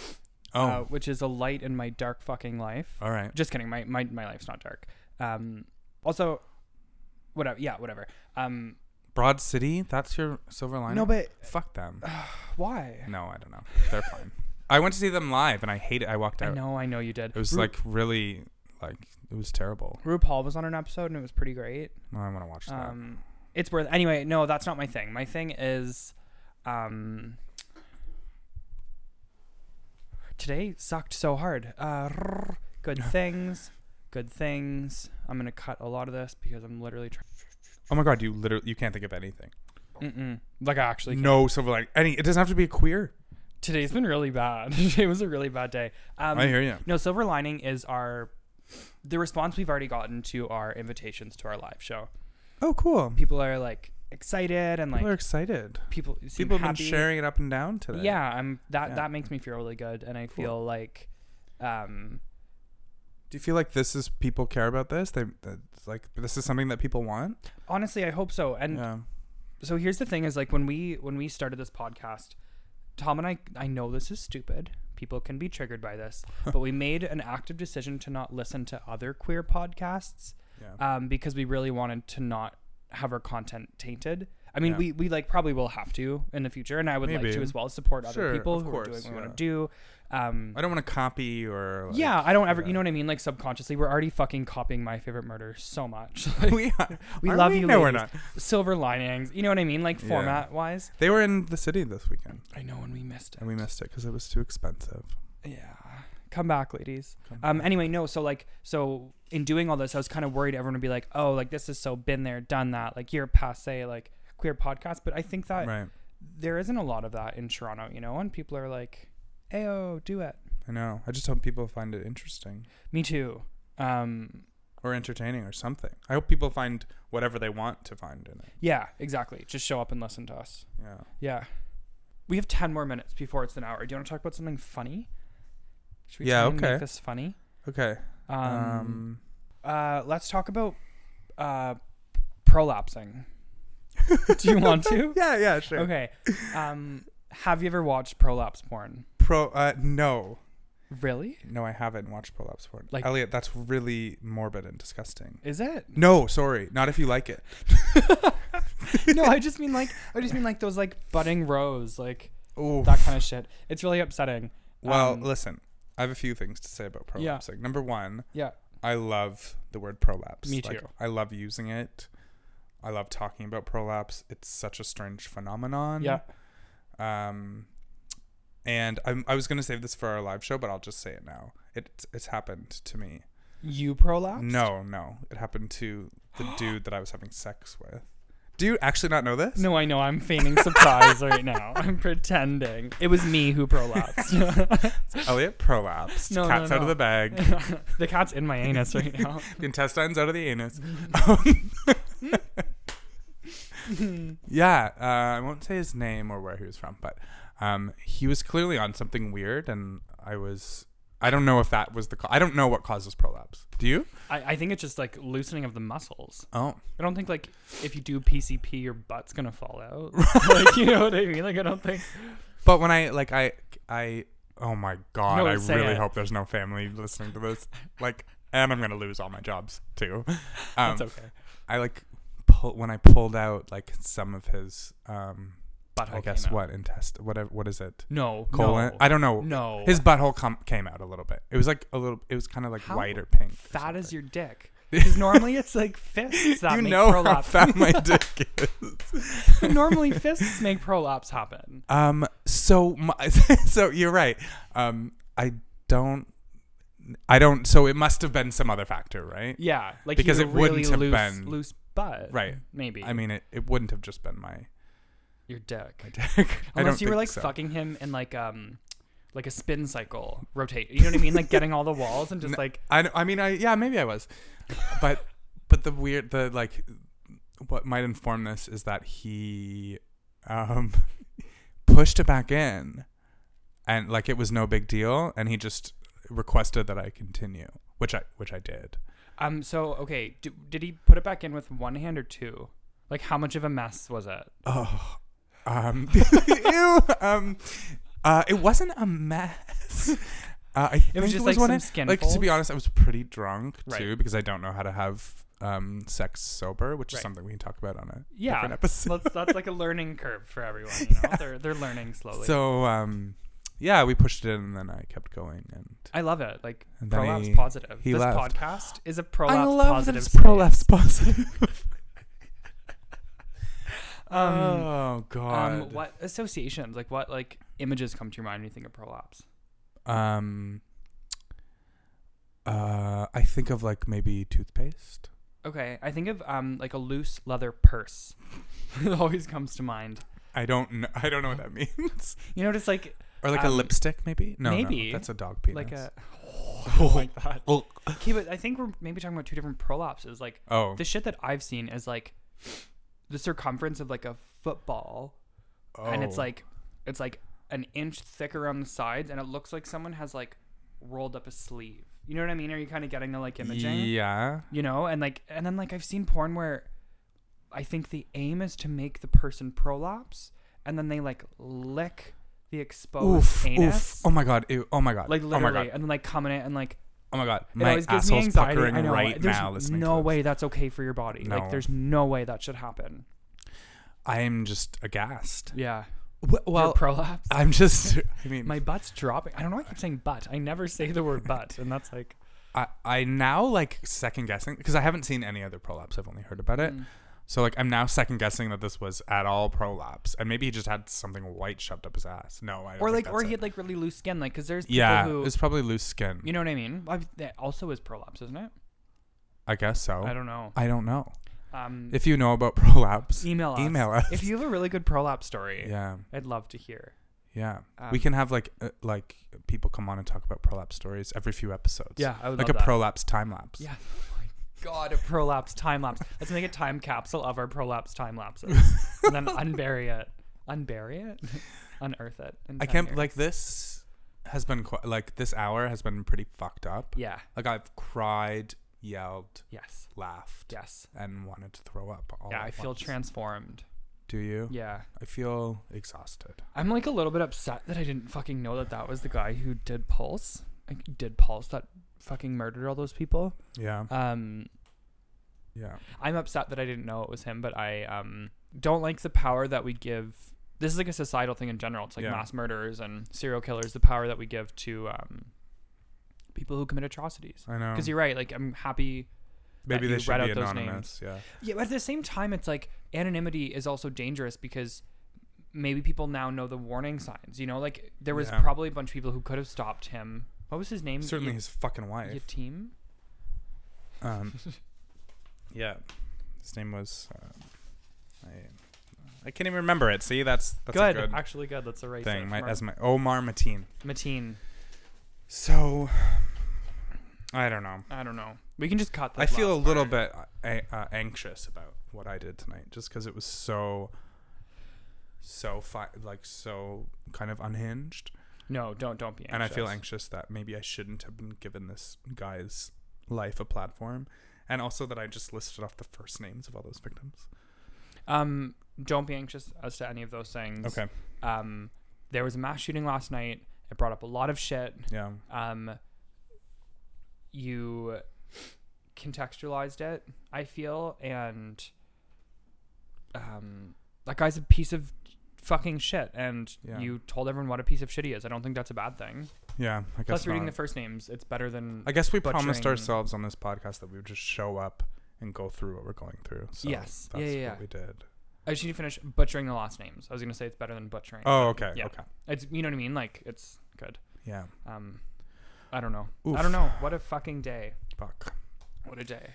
Speaker 1: Oh,
Speaker 2: uh, which is a light in my dark fucking life.
Speaker 1: all right.
Speaker 2: Just kidding, my my my life's not dark. Um, also, whatever, yeah, whatever. Um,
Speaker 1: Broad City. That's your silver lining.
Speaker 2: no, but
Speaker 1: fuck them.
Speaker 2: why?
Speaker 1: No, I don't know. They're fine. I went to see them live and I hate it. I walked
Speaker 2: I
Speaker 1: out.
Speaker 2: know, I know you did.
Speaker 1: It was
Speaker 2: Ru-
Speaker 1: like really like it was terrible.
Speaker 2: RuPaul was on an episode and it was pretty great.
Speaker 1: No, I want to watch that.
Speaker 2: Um, it's worth anyway. No, that's not my thing. My thing is, um, today sucked so hard. Uh, rrr, good
Speaker 1: [LAUGHS]
Speaker 2: things, good things. I'm gonna cut a lot of this because I'm literally trying.
Speaker 1: oh my god, you literally you can't think of anything.
Speaker 2: Mm-mm. Like uh, I actually, can't.
Speaker 1: no silver lining. Any. It doesn't have to be queer.
Speaker 2: today's been really bad. [LAUGHS] today was a really bad day. Um,
Speaker 1: I hear you.
Speaker 2: No, silver lining is our the response we've already gotten to our invitations to our live show.
Speaker 1: Oh, cool.
Speaker 2: People are like excited and like
Speaker 1: People are excited.
Speaker 2: people seem
Speaker 1: People have
Speaker 2: happy.
Speaker 1: been sharing it up and down today.
Speaker 2: Yeah, I'm that
Speaker 1: Yeah.
Speaker 2: that makes me feel really good and I feel like um
Speaker 1: Do you feel like this is people care about this? They that's like this is something that people want.
Speaker 2: honestly I hope so. And [LAUGHS]
Speaker 1: yeah.
Speaker 2: so here's the thing is like when we when we started this podcast, Tom and I I know this is stupid. People can be triggered by this,
Speaker 1: [LAUGHS]
Speaker 2: but we made an active decision to not listen to other queer podcasts
Speaker 1: Yeah.
Speaker 2: um because we really wanted to not have our content tainted. I mean,
Speaker 1: Yeah.
Speaker 2: we, we like probably will have to in the future, and I would like
Speaker 1: Maybe.
Speaker 2: to as well support other
Speaker 1: Sure,
Speaker 2: people
Speaker 1: of
Speaker 2: who
Speaker 1: course,
Speaker 2: are doing what we
Speaker 1: yeah.
Speaker 2: want to do. Um,
Speaker 1: I don't want to copy or. Like, [LAUGHS]
Speaker 2: yeah, I don't ever.
Speaker 1: yeah.
Speaker 2: You know what I mean? Like subconsciously, we're already fucking copying my favorite murder so much. [LAUGHS] Like,
Speaker 1: we are-
Speaker 2: we
Speaker 1: are
Speaker 2: love you.
Speaker 1: No, we're
Speaker 2: ladies.
Speaker 1: not.
Speaker 2: Silver linings. You know what I mean? Like
Speaker 1: Yeah.
Speaker 2: format wise.
Speaker 1: They were in the city this weekend,
Speaker 2: I know, and we missed it.
Speaker 1: and we missed it because it was too expensive.
Speaker 2: Yeah, come back, ladies.
Speaker 1: Come
Speaker 2: Um. Anyway, no. So like, so in doing all this, I was kind of worried everyone would be like, "Oh, like this is so been there, done that. Like you're passe. Like queer podcast." But I think that
Speaker 1: right.
Speaker 2: there isn't a lot of that in Toronto, you know, and people are like, "Ayo, do it."
Speaker 1: I know. I just hope people find it interesting
Speaker 2: Me too. Um,
Speaker 1: or entertaining or something. I hope people find whatever they want to find in it.
Speaker 2: yeah, exactly. Just show up and listen to us.
Speaker 1: Yeah.
Speaker 2: Yeah. We have 10 more minutes before it's an hour. Do you want to talk about something funny? Should we
Speaker 1: Yeah,
Speaker 2: try and
Speaker 1: okay.
Speaker 2: make this funny?
Speaker 1: Okay.
Speaker 2: Um,
Speaker 1: Um,
Speaker 2: uh, let's talk about uh,
Speaker 1: [LAUGHS]
Speaker 2: prolapsing. Do you want to?
Speaker 1: Yeah, yeah, sure.
Speaker 2: Okay. Um, have you ever watched prolapse porn?
Speaker 1: Pro uh no.
Speaker 2: Really?
Speaker 1: No, I haven't watched prolapse porn.
Speaker 2: Like-
Speaker 1: Like Elliot, that's really morbid and disgusting. [LAUGHS]
Speaker 2: Is it?
Speaker 1: No, sorry. Not if you like it.
Speaker 2: No, I just mean like I just mean like those like budding rows, like
Speaker 1: Oh.
Speaker 2: that kind of shit. It's really upsetting.
Speaker 1: Well,
Speaker 2: Um,
Speaker 1: listen. I have a few things to say about
Speaker 2: Yeah.
Speaker 1: prolapsing. Number 1,
Speaker 2: yeah.
Speaker 1: I love the word prolapse.
Speaker 2: Me
Speaker 1: Like,
Speaker 2: too.
Speaker 1: I love using it. I love talking about prolapse. It's such a strange phenomenon.
Speaker 2: Yeah.
Speaker 1: Um, and I'm, I was going to save this for our live show, but I'll just say it now. It, it's happened to me.
Speaker 2: You prolapse?
Speaker 1: No, no. It happened to
Speaker 2: [GASPS]
Speaker 1: the dude that I was having sex with. Do you actually not know this?
Speaker 2: [LAUGHS] No, I know. I'm feigning surprise right now. [LAUGHS] I'm pretending. It was me who prolapsed.
Speaker 1: [LAUGHS] Elliot prolapsed.
Speaker 2: No, no,
Speaker 1: Cat's out
Speaker 2: no.
Speaker 1: of the
Speaker 2: [LAUGHS]
Speaker 1: bag.
Speaker 2: the cat's in my anus right now.
Speaker 1: the intestines out of the
Speaker 2: [LAUGHS]
Speaker 1: anus. [LAUGHS] yeah, uh, I won't say his name or where he was from, but um, he was clearly on something weird, and I was. I don't know if that was the. ca- I don't know what causes prolapse. Do you?
Speaker 2: I, I think it's just like loosening of the muscles.
Speaker 1: Oh,
Speaker 2: I don't think like if you do PCP, your butt's gonna fall
Speaker 1: [LAUGHS]
Speaker 2: out. like you know what I mean? Like I don't think.
Speaker 1: but when I like I I oh my god!
Speaker 2: No,
Speaker 1: I
Speaker 2: say
Speaker 1: really
Speaker 2: it.
Speaker 1: hope there's no family listening to this. Like, and I'm gonna lose all my jobs too. Um,
Speaker 2: [LAUGHS] That's okay.
Speaker 1: I like pull when I pulled out like some of his um.
Speaker 2: Butthole
Speaker 1: I
Speaker 2: came
Speaker 1: guess
Speaker 2: out.
Speaker 1: what intest whatever what is it
Speaker 2: No.
Speaker 1: colon
Speaker 2: No.
Speaker 1: I don't know
Speaker 2: no.
Speaker 1: His butthole com- came out a little bit. It was like a little. It was kind of like
Speaker 2: How
Speaker 1: white or pink. or
Speaker 2: fat is
Speaker 1: something. [LAUGHS]
Speaker 2: your dick. Because normally it's like fists that
Speaker 1: you
Speaker 2: make
Speaker 1: know how
Speaker 2: prolapse.
Speaker 1: fat my dick is.
Speaker 2: [LAUGHS] normally fists make prolapse happen.
Speaker 1: Um. So my, [LAUGHS] so you're right. Um. I don't. I don't. So it must have been some other factor, right?
Speaker 2: Yeah, like
Speaker 1: Because
Speaker 2: your
Speaker 1: it
Speaker 2: really
Speaker 1: wouldn't have
Speaker 2: loose,
Speaker 1: been-
Speaker 2: loose butt,
Speaker 1: Right.
Speaker 2: Maybe
Speaker 1: I mean, it, it wouldn't have just been my [LAUGHS]
Speaker 2: your dick,
Speaker 1: dick. I
Speaker 2: unless
Speaker 1: don't
Speaker 2: you were
Speaker 1: think
Speaker 2: like
Speaker 1: so.
Speaker 2: fucking him in like um, like a spin cycle, rotate. You know what I mean? Like getting all the
Speaker 1: [LAUGHS]
Speaker 2: walls and
Speaker 1: N-
Speaker 2: just like
Speaker 1: I, I mean, I yeah, maybe I was, but but the weird the like what might inform this is that he um [LAUGHS] pushed it back in, and like it was no big deal, and he just requested that I continue, which I which I did.
Speaker 2: um. So okay, d- did he put it back in with one hand or two? Like how much of a mess was it?
Speaker 1: Oh, um, [LAUGHS] ew, um, uh, it wasn't a mess. Uh, I think
Speaker 2: It was just like
Speaker 1: one
Speaker 2: some
Speaker 1: of-
Speaker 2: skin
Speaker 1: like to be honest, I was pretty drunk
Speaker 2: Right.
Speaker 1: too because I don't know how to have um sex sober, which
Speaker 2: Right. Ah,
Speaker 1: is something we can talk about on a
Speaker 2: Yeah,
Speaker 1: different episode.
Speaker 2: That's
Speaker 1: [LAUGHS]
Speaker 2: that's like a learning curve for everyone. You know, they're they're learning slowly.
Speaker 1: So um, yeah, we pushed it in and then I kept going and
Speaker 2: I love it. Like
Speaker 1: And then
Speaker 2: prolapse
Speaker 1: he-
Speaker 2: positive.
Speaker 1: he
Speaker 2: this
Speaker 1: left.
Speaker 2: podcast is a prolapse positive. space.
Speaker 1: positive.
Speaker 2: Um,
Speaker 1: oh god.
Speaker 2: Um, what associations? Like what like images come to your mind when you think of prolapse?
Speaker 1: Um, uh, I think of like maybe toothpaste.
Speaker 2: Okay, I think of um like a loose leather purse. [LAUGHS] it always comes to mind.
Speaker 1: I don't
Speaker 2: [LAUGHS]
Speaker 1: know. I don't know what that means.
Speaker 2: You know, just like
Speaker 1: [LAUGHS] Or like a
Speaker 2: Um,
Speaker 1: lipstick, maybe. No,
Speaker 2: maybe.
Speaker 1: no, that's a dog penis.
Speaker 2: like a. [LAUGHS]
Speaker 1: Oh.
Speaker 2: my God.
Speaker 1: Oh.
Speaker 2: Okay, but I think we're maybe talking about two different prolapses. Like
Speaker 1: oh,
Speaker 2: the shit that I've seen is like the circumference of like a football, and it's
Speaker 1: Oh.
Speaker 2: like it's like an inch thicker on the sides, and it looks like someone has like rolled up a sleeve. You know what I mean? Are you kind of getting the like imaging?
Speaker 1: oh. Yeah.
Speaker 2: you know and like and then like i've seen porn where i think the aim is to make the person prolapse and then they like lick the exposed
Speaker 1: Oof. Oof.
Speaker 2: anus
Speaker 1: Oh my god. Ew. Oh my god.
Speaker 2: like
Speaker 1: Oh my
Speaker 2: literally
Speaker 1: god.
Speaker 2: and then like come in it and like
Speaker 1: Oh my god.
Speaker 2: it
Speaker 1: My
Speaker 2: always gives me
Speaker 1: asshole's
Speaker 2: anxiety
Speaker 1: puckering
Speaker 2: I know.
Speaker 1: right
Speaker 2: there's
Speaker 1: now. Listening.
Speaker 2: no
Speaker 1: to this.
Speaker 2: way that's okay for your body like
Speaker 1: No.
Speaker 2: there's no way that should happen
Speaker 1: I am just aghast.
Speaker 2: yeah well
Speaker 1: Well,
Speaker 2: prolapse
Speaker 1: I'm just. [LAUGHS] I mean,
Speaker 2: my butt's dropping i don't know why i keep saying butt i never say the word butt and that's like
Speaker 1: I, I now like second guessing because I haven't seen any other prolapse. I've only heard about it.
Speaker 2: Mm.
Speaker 1: So like I'm now second guessing that this was at all prolapse, and maybe he just had something white shoved up his ass. No, [LAUGHS] I don't
Speaker 2: or
Speaker 1: think
Speaker 2: like or
Speaker 1: that's
Speaker 2: he
Speaker 1: it.
Speaker 2: had like really loose skin like because there's people
Speaker 1: yeah,
Speaker 2: who
Speaker 1: it's probably loose skin.
Speaker 2: you know what i mean I- that also is prolapse isn't it
Speaker 1: I guess so.
Speaker 2: i don't know
Speaker 1: I don't know.
Speaker 2: Um,
Speaker 1: If you know about [LAUGHS] prolapse,
Speaker 2: email us.
Speaker 1: email us.
Speaker 2: If you have a really good prolapse story,
Speaker 1: [LAUGHS] yeah,
Speaker 2: I'd love to hear.
Speaker 1: yeah,
Speaker 2: Um,
Speaker 1: we can have like uh, like people come on and talk about prolapse stories every few episodes.
Speaker 2: Yeah, I would
Speaker 1: like a
Speaker 2: love that.
Speaker 1: prolapse time lapse.
Speaker 2: Yeah. Oh my God, a prolapse time lapse. Let's make a time capsule of our prolapse time
Speaker 1: [LAUGHS]
Speaker 2: lapses, and then unbury it, unbury it, unearth it. in
Speaker 1: I
Speaker 2: 10
Speaker 1: can't
Speaker 2: years.
Speaker 1: like this has been qu- like this hour has been pretty fucked up.
Speaker 2: Yeah.
Speaker 1: Like I've cried, yelled,
Speaker 2: Yes.
Speaker 1: laughed,
Speaker 2: Yes.
Speaker 1: and wanted to throw up. All
Speaker 2: yeah.
Speaker 1: at
Speaker 2: I feel
Speaker 1: once.
Speaker 2: transformed.
Speaker 1: Do you?
Speaker 2: Yeah.
Speaker 1: I feel exhausted.
Speaker 2: I'm like a little bit upset that I didn't fucking know that that was the guy who did Pulse. Like did Pulse that fucking murdered all those people.
Speaker 1: Yeah,
Speaker 2: Um,
Speaker 1: yeah.
Speaker 2: I'm upset that I didn't know it was him, but I um don't like the power that we give. This is like a societal thing in general. It's like
Speaker 1: Yeah.
Speaker 2: mass murderers and serial killers. The power that we give to um people who commit atrocities.
Speaker 1: I know.
Speaker 2: Because you're right. Like I'm happy.
Speaker 1: Maybe
Speaker 2: that
Speaker 1: they
Speaker 2: you
Speaker 1: should
Speaker 2: read
Speaker 1: be
Speaker 2: out those
Speaker 1: anonymous. Yeah.
Speaker 2: Yeah, but at the same time, it's like anonymity is also dangerous because maybe people now know the warning signs. You know, like there was
Speaker 1: Yeah.
Speaker 2: probably a bunch of people who could have stopped him. What was his name?
Speaker 1: Certainly
Speaker 2: Y-
Speaker 1: his fucking wife.
Speaker 2: Yatim.
Speaker 1: Um,
Speaker 2: [LAUGHS]
Speaker 1: yeah, his name was. Uh, I, I can't even remember it. See, that's that's
Speaker 2: Good.
Speaker 1: a good
Speaker 2: actually good. That's a right
Speaker 1: thing. My, as my Omar Mateen.
Speaker 2: Mateen.
Speaker 1: So, I don't know.
Speaker 2: I don't know. We can just cut. This
Speaker 1: I feel a
Speaker 2: last
Speaker 1: little
Speaker 2: part.
Speaker 1: bit uh, uh, anxious about what I did tonight, just because it was so, so fi- like so kind of unhinged,
Speaker 2: No, don't don't be anxious.
Speaker 1: and I feel anxious that maybe I shouldn't have been given this guy's life a platform, and also that I just listed off the first names of all those victims.
Speaker 2: Um, don't be anxious as to any of those things.
Speaker 1: Okay.
Speaker 2: Um, there was a mass shooting last night. It brought up a lot of shit.
Speaker 1: Yeah.
Speaker 2: Um, you contextualized it. I feel and um, that guy's a piece of fucking shit, and
Speaker 1: Yeah.
Speaker 2: you told everyone what a piece of shit he is. I don't think that's a bad thing.
Speaker 1: Yeah. I guess.
Speaker 2: Plus, reading
Speaker 1: not.
Speaker 2: the first names, it's better than
Speaker 1: I guess we promised
Speaker 2: butchering-
Speaker 1: ourselves on this podcast that we would just show up and go through what we're going through. So
Speaker 2: Yes. Yeah,
Speaker 1: That's
Speaker 2: yeah,
Speaker 1: what
Speaker 2: yeah.
Speaker 1: we did.
Speaker 2: I just need to finish butchering the last names. I was gonna say it's better than butchering.
Speaker 1: Oh, okay.
Speaker 2: Yeah.
Speaker 1: Okay.
Speaker 2: It's you know what I mean. Like it's good.
Speaker 1: Yeah.
Speaker 2: Um, I don't know.
Speaker 1: Oof.
Speaker 2: I don't know. What a fucking day.
Speaker 1: Fuck.
Speaker 2: What a day.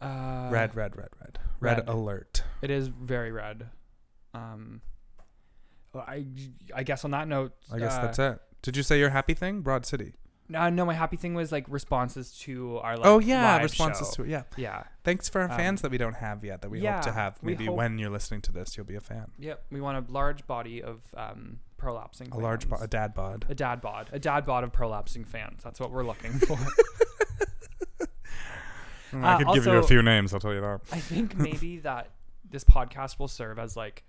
Speaker 2: Uh,
Speaker 1: red, red, red, red, red.
Speaker 2: red.
Speaker 1: alert.
Speaker 2: It is very red. Um, well, I I guess on that note, uh,
Speaker 1: I guess that's it. Did you say your happy thing? Broad City.
Speaker 2: No, no, my happy thing was like responses to our like,
Speaker 1: oh yeah,
Speaker 2: live
Speaker 1: responses
Speaker 2: show.
Speaker 1: to it. Yeah.
Speaker 2: yeah,
Speaker 1: Thanks for our
Speaker 2: Um,
Speaker 1: fans that we don't have yet that we hope to
Speaker 2: yeah,
Speaker 1: have.
Speaker 2: we
Speaker 1: Maybe
Speaker 2: hope-
Speaker 1: when you're listening to this, you'll be a fan.
Speaker 2: yep. We want a large body of um prolapsing.
Speaker 1: A large, bo-
Speaker 2: fans.
Speaker 1: a dad bod.
Speaker 2: a dad bod, a dad bod of prolapsing fans. That's what we're
Speaker 1: [LAUGHS]
Speaker 2: looking for.
Speaker 1: Mm, I
Speaker 2: Uh,
Speaker 1: could give you a
Speaker 2: also-
Speaker 1: few names. I'll tell you
Speaker 2: [LAUGHS]
Speaker 1: that. [LAUGHS]
Speaker 2: I think maybe that this podcast will serve as like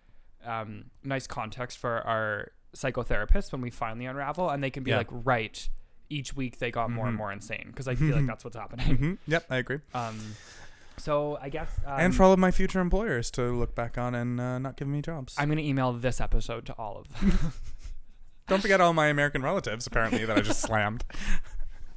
Speaker 2: um, nice context for our psychotherapists when we finally unravel, and they can be
Speaker 1: Yeah.
Speaker 2: like, right, each week they got more
Speaker 1: Mhm.
Speaker 2: and more insane because I feel like that's what's happening.
Speaker 1: hmm Yep, I agree.
Speaker 2: [LAUGHS] um, so I guess um,
Speaker 1: and for all of my future employers to look back on and uh, not give me jobs.
Speaker 2: I'm gonna email this episode to
Speaker 1: [LAUGHS]
Speaker 2: all of them.
Speaker 1: Don't forget all my American relatives, apparently, that I
Speaker 2: [LAUGHS]
Speaker 1: just slammed.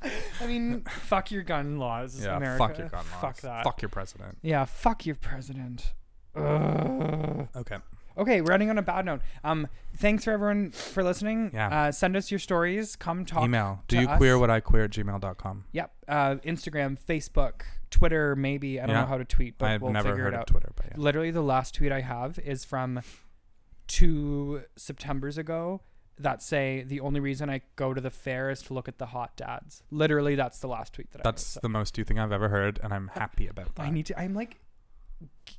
Speaker 2: I mean, [LAUGHS] fuck your gun laws,
Speaker 1: Yeah,
Speaker 2: America.
Speaker 1: fuck your gun laws.
Speaker 2: Fuck that.
Speaker 1: Fuck your president.
Speaker 2: Yeah, fuck your president. Ugh.
Speaker 1: Okay.
Speaker 2: Okay, we're ending on a bad note. Um, thanks for everyone for listening.
Speaker 1: Yeah.
Speaker 2: Uh, send us your stories. Come talk.
Speaker 1: Email. Do
Speaker 2: to
Speaker 1: you
Speaker 2: us.
Speaker 1: queer what I queer at gmail.com?
Speaker 2: Yep. Uh, Instagram, Facebook, Twitter, maybe. I don't
Speaker 1: Yeah.
Speaker 2: know how to tweet, but
Speaker 1: I've
Speaker 2: we'll
Speaker 1: never
Speaker 2: figure
Speaker 1: heard
Speaker 2: it
Speaker 1: of
Speaker 2: out.
Speaker 1: Twitter, but yeah.
Speaker 2: Literally, the last tweet I have is from two September's ago that say, The only reason I go to the fair is to look at the hot dads. Literally, that's the last tweet that
Speaker 1: That's
Speaker 2: I
Speaker 1: the most you thing I've ever heard, and I'm happy about that.
Speaker 2: I need to, I'm like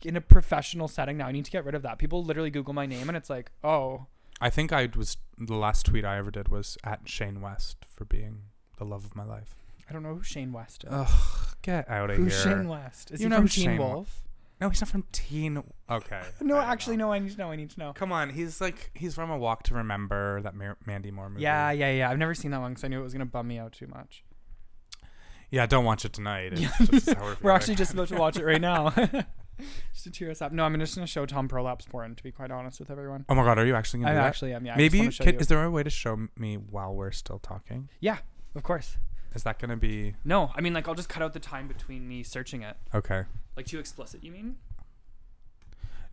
Speaker 2: in a professional setting now. I need to get rid of that. People literally Google my name and it's like, oh,
Speaker 1: I think I was the last tweet I ever did was at Shane West for being the love of my life.
Speaker 2: I don't know who Shane West is.
Speaker 1: Ugh, get out of
Speaker 2: Who's
Speaker 1: here.
Speaker 2: Shane West? Is
Speaker 1: You
Speaker 2: he
Speaker 1: know
Speaker 2: from
Speaker 1: who
Speaker 2: Teen
Speaker 1: Shane
Speaker 2: Wolf?
Speaker 1: No, he's not from Teen. Okay.
Speaker 2: [LAUGHS] No,
Speaker 1: I don't
Speaker 2: actually,
Speaker 1: know.
Speaker 2: no. I need to know. I need to know.
Speaker 1: Come on, he's like he's from A Walk to Remember, that Mar- Mandy Moore movie.
Speaker 2: Yeah, yeah, yeah. I've never seen that one because I knew it was gonna bum me out too much.
Speaker 1: yeah. Don't watch it tonight. It's
Speaker 2: Yeah.
Speaker 1: just how
Speaker 2: [LAUGHS] We're
Speaker 1: feeling.
Speaker 2: actually just about to watch it right
Speaker 1: [LAUGHS]
Speaker 2: now, [LAUGHS] just to cheer us up. No, I'm just gonna show Tom prolapse porn. To be quite honest with everyone,
Speaker 1: Oh my god, are you actually
Speaker 2: I
Speaker 1: gonna do that?
Speaker 2: actually am. Yeah, I
Speaker 1: Maybe
Speaker 2: just
Speaker 1: you
Speaker 2: wanna show
Speaker 1: can,
Speaker 2: you.
Speaker 1: is there a way to show m- me while we're still talking?
Speaker 2: of course.
Speaker 1: Is that gonna be
Speaker 2: No, I mean like I'll just cut out the time between me searching it.
Speaker 1: okay?
Speaker 2: Like too explicit, you mean?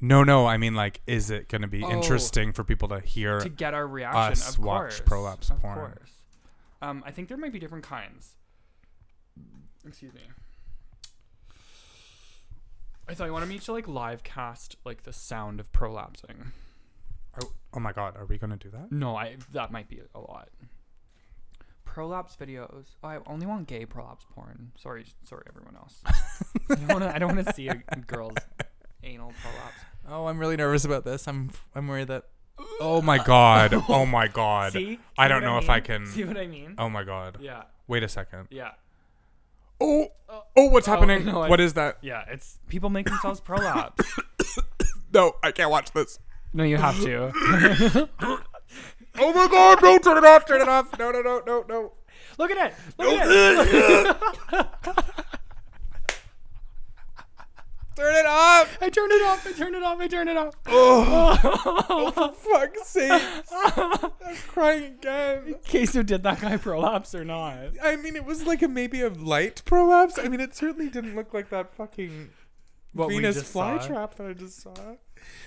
Speaker 1: No, no. I mean, like, is it gonna be
Speaker 2: Oh.
Speaker 1: interesting for people to hear?
Speaker 2: To get our reaction,
Speaker 1: Us
Speaker 2: of
Speaker 1: watch
Speaker 2: course.
Speaker 1: prolapse
Speaker 2: of
Speaker 1: porn.
Speaker 2: course. Um, I think there might be different kinds. Excuse me. I thought you wanted me to like live cast like the sound of prolapsing.
Speaker 1: Are- oh my god, are we gonna do that?
Speaker 2: No, I that might be a lot. Prolapse videos. Oh, I only want gay prolapse porn. Sorry, sorry everyone [LAUGHS] else. I don't wanna- I don't want to see a girl's anal [LAUGHS] prolapse.
Speaker 3: Oh, I'm really nervous about this. I'm I'm worried that
Speaker 1: Oh my god. Oh
Speaker 2: [LAUGHS]
Speaker 1: my god.
Speaker 2: See?
Speaker 1: I
Speaker 2: See
Speaker 1: don't
Speaker 2: what
Speaker 1: know if I
Speaker 2: mean?
Speaker 1: can-
Speaker 2: See what I mean?
Speaker 1: Oh my god.
Speaker 2: Yeah,
Speaker 1: Wait a second.
Speaker 2: yeah,
Speaker 1: Oh, oh, what's
Speaker 2: Oh,
Speaker 1: happening?
Speaker 2: no, I-
Speaker 1: what is that?
Speaker 2: yeah. It's people make themselves [LAUGHS] prolapse.
Speaker 1: No, I can't watch this.
Speaker 2: No, you have to.
Speaker 1: Oh my god, no, turn it off, turn it off. No, no, no, no, no.
Speaker 2: [LAUGHS] Look at it. Look at it. [LAUGHS]
Speaker 1: Turn it
Speaker 2: [LAUGHS]
Speaker 1: off. Oh,
Speaker 2: I turned it off. I turned it off. I turned it [LAUGHS] off.
Speaker 1: Fuck's sake. I'm crying again.
Speaker 2: Okay, so did that guy prolapse or not?
Speaker 1: I mean, it was like a maybe a light prolapse. I mean, it certainly didn't look like that fucking
Speaker 2: What we
Speaker 1: Venus
Speaker 2: just saw.
Speaker 1: flytrap that I just saw.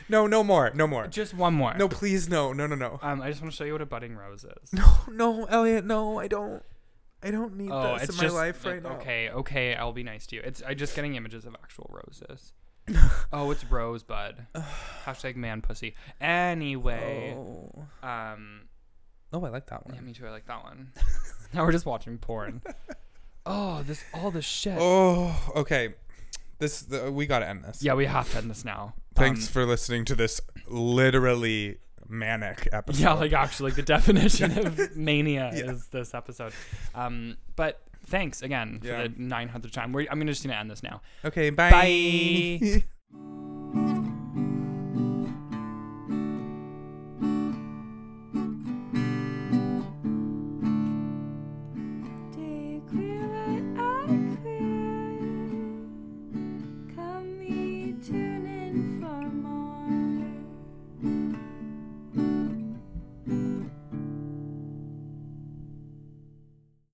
Speaker 1: No, no more, no more.
Speaker 2: Just one more.
Speaker 1: No, please, no, no, no, no.
Speaker 2: Um, I just want to show you what a budding rose is.
Speaker 1: No, no, Elliot, no, I don't. I don't need
Speaker 2: oh,
Speaker 1: this in
Speaker 2: it's
Speaker 1: my
Speaker 2: just
Speaker 1: life
Speaker 2: it-
Speaker 1: right now.
Speaker 2: Okay, okay, I'll be nice to you. It's I'm just getting images of
Speaker 1: [LAUGHS]
Speaker 2: actual roses. oh, it's rosebud. Hashtag man pussy. Anyway,
Speaker 3: Oh.
Speaker 2: um,
Speaker 3: oh, I like that one.
Speaker 2: yeah, me too. I like that one. [LAUGHS] now we're just
Speaker 1: [LAUGHS]
Speaker 2: watching porn. oh, this all this shit.
Speaker 1: Oh, okay. This the, we gotta end this.
Speaker 2: Yeah, we have to end this now.
Speaker 1: Thanks
Speaker 2: Um,
Speaker 1: for listening to this literally manic episode.
Speaker 2: Yeah, like actually, like
Speaker 1: [LAUGHS]
Speaker 2: the definition of mania is this episode. Um, but thanks again
Speaker 1: Yeah.
Speaker 2: for the 900th time. We're, I'm gonna just gonna end this now.
Speaker 1: [LAUGHS] okay, bye.
Speaker 2: Bye.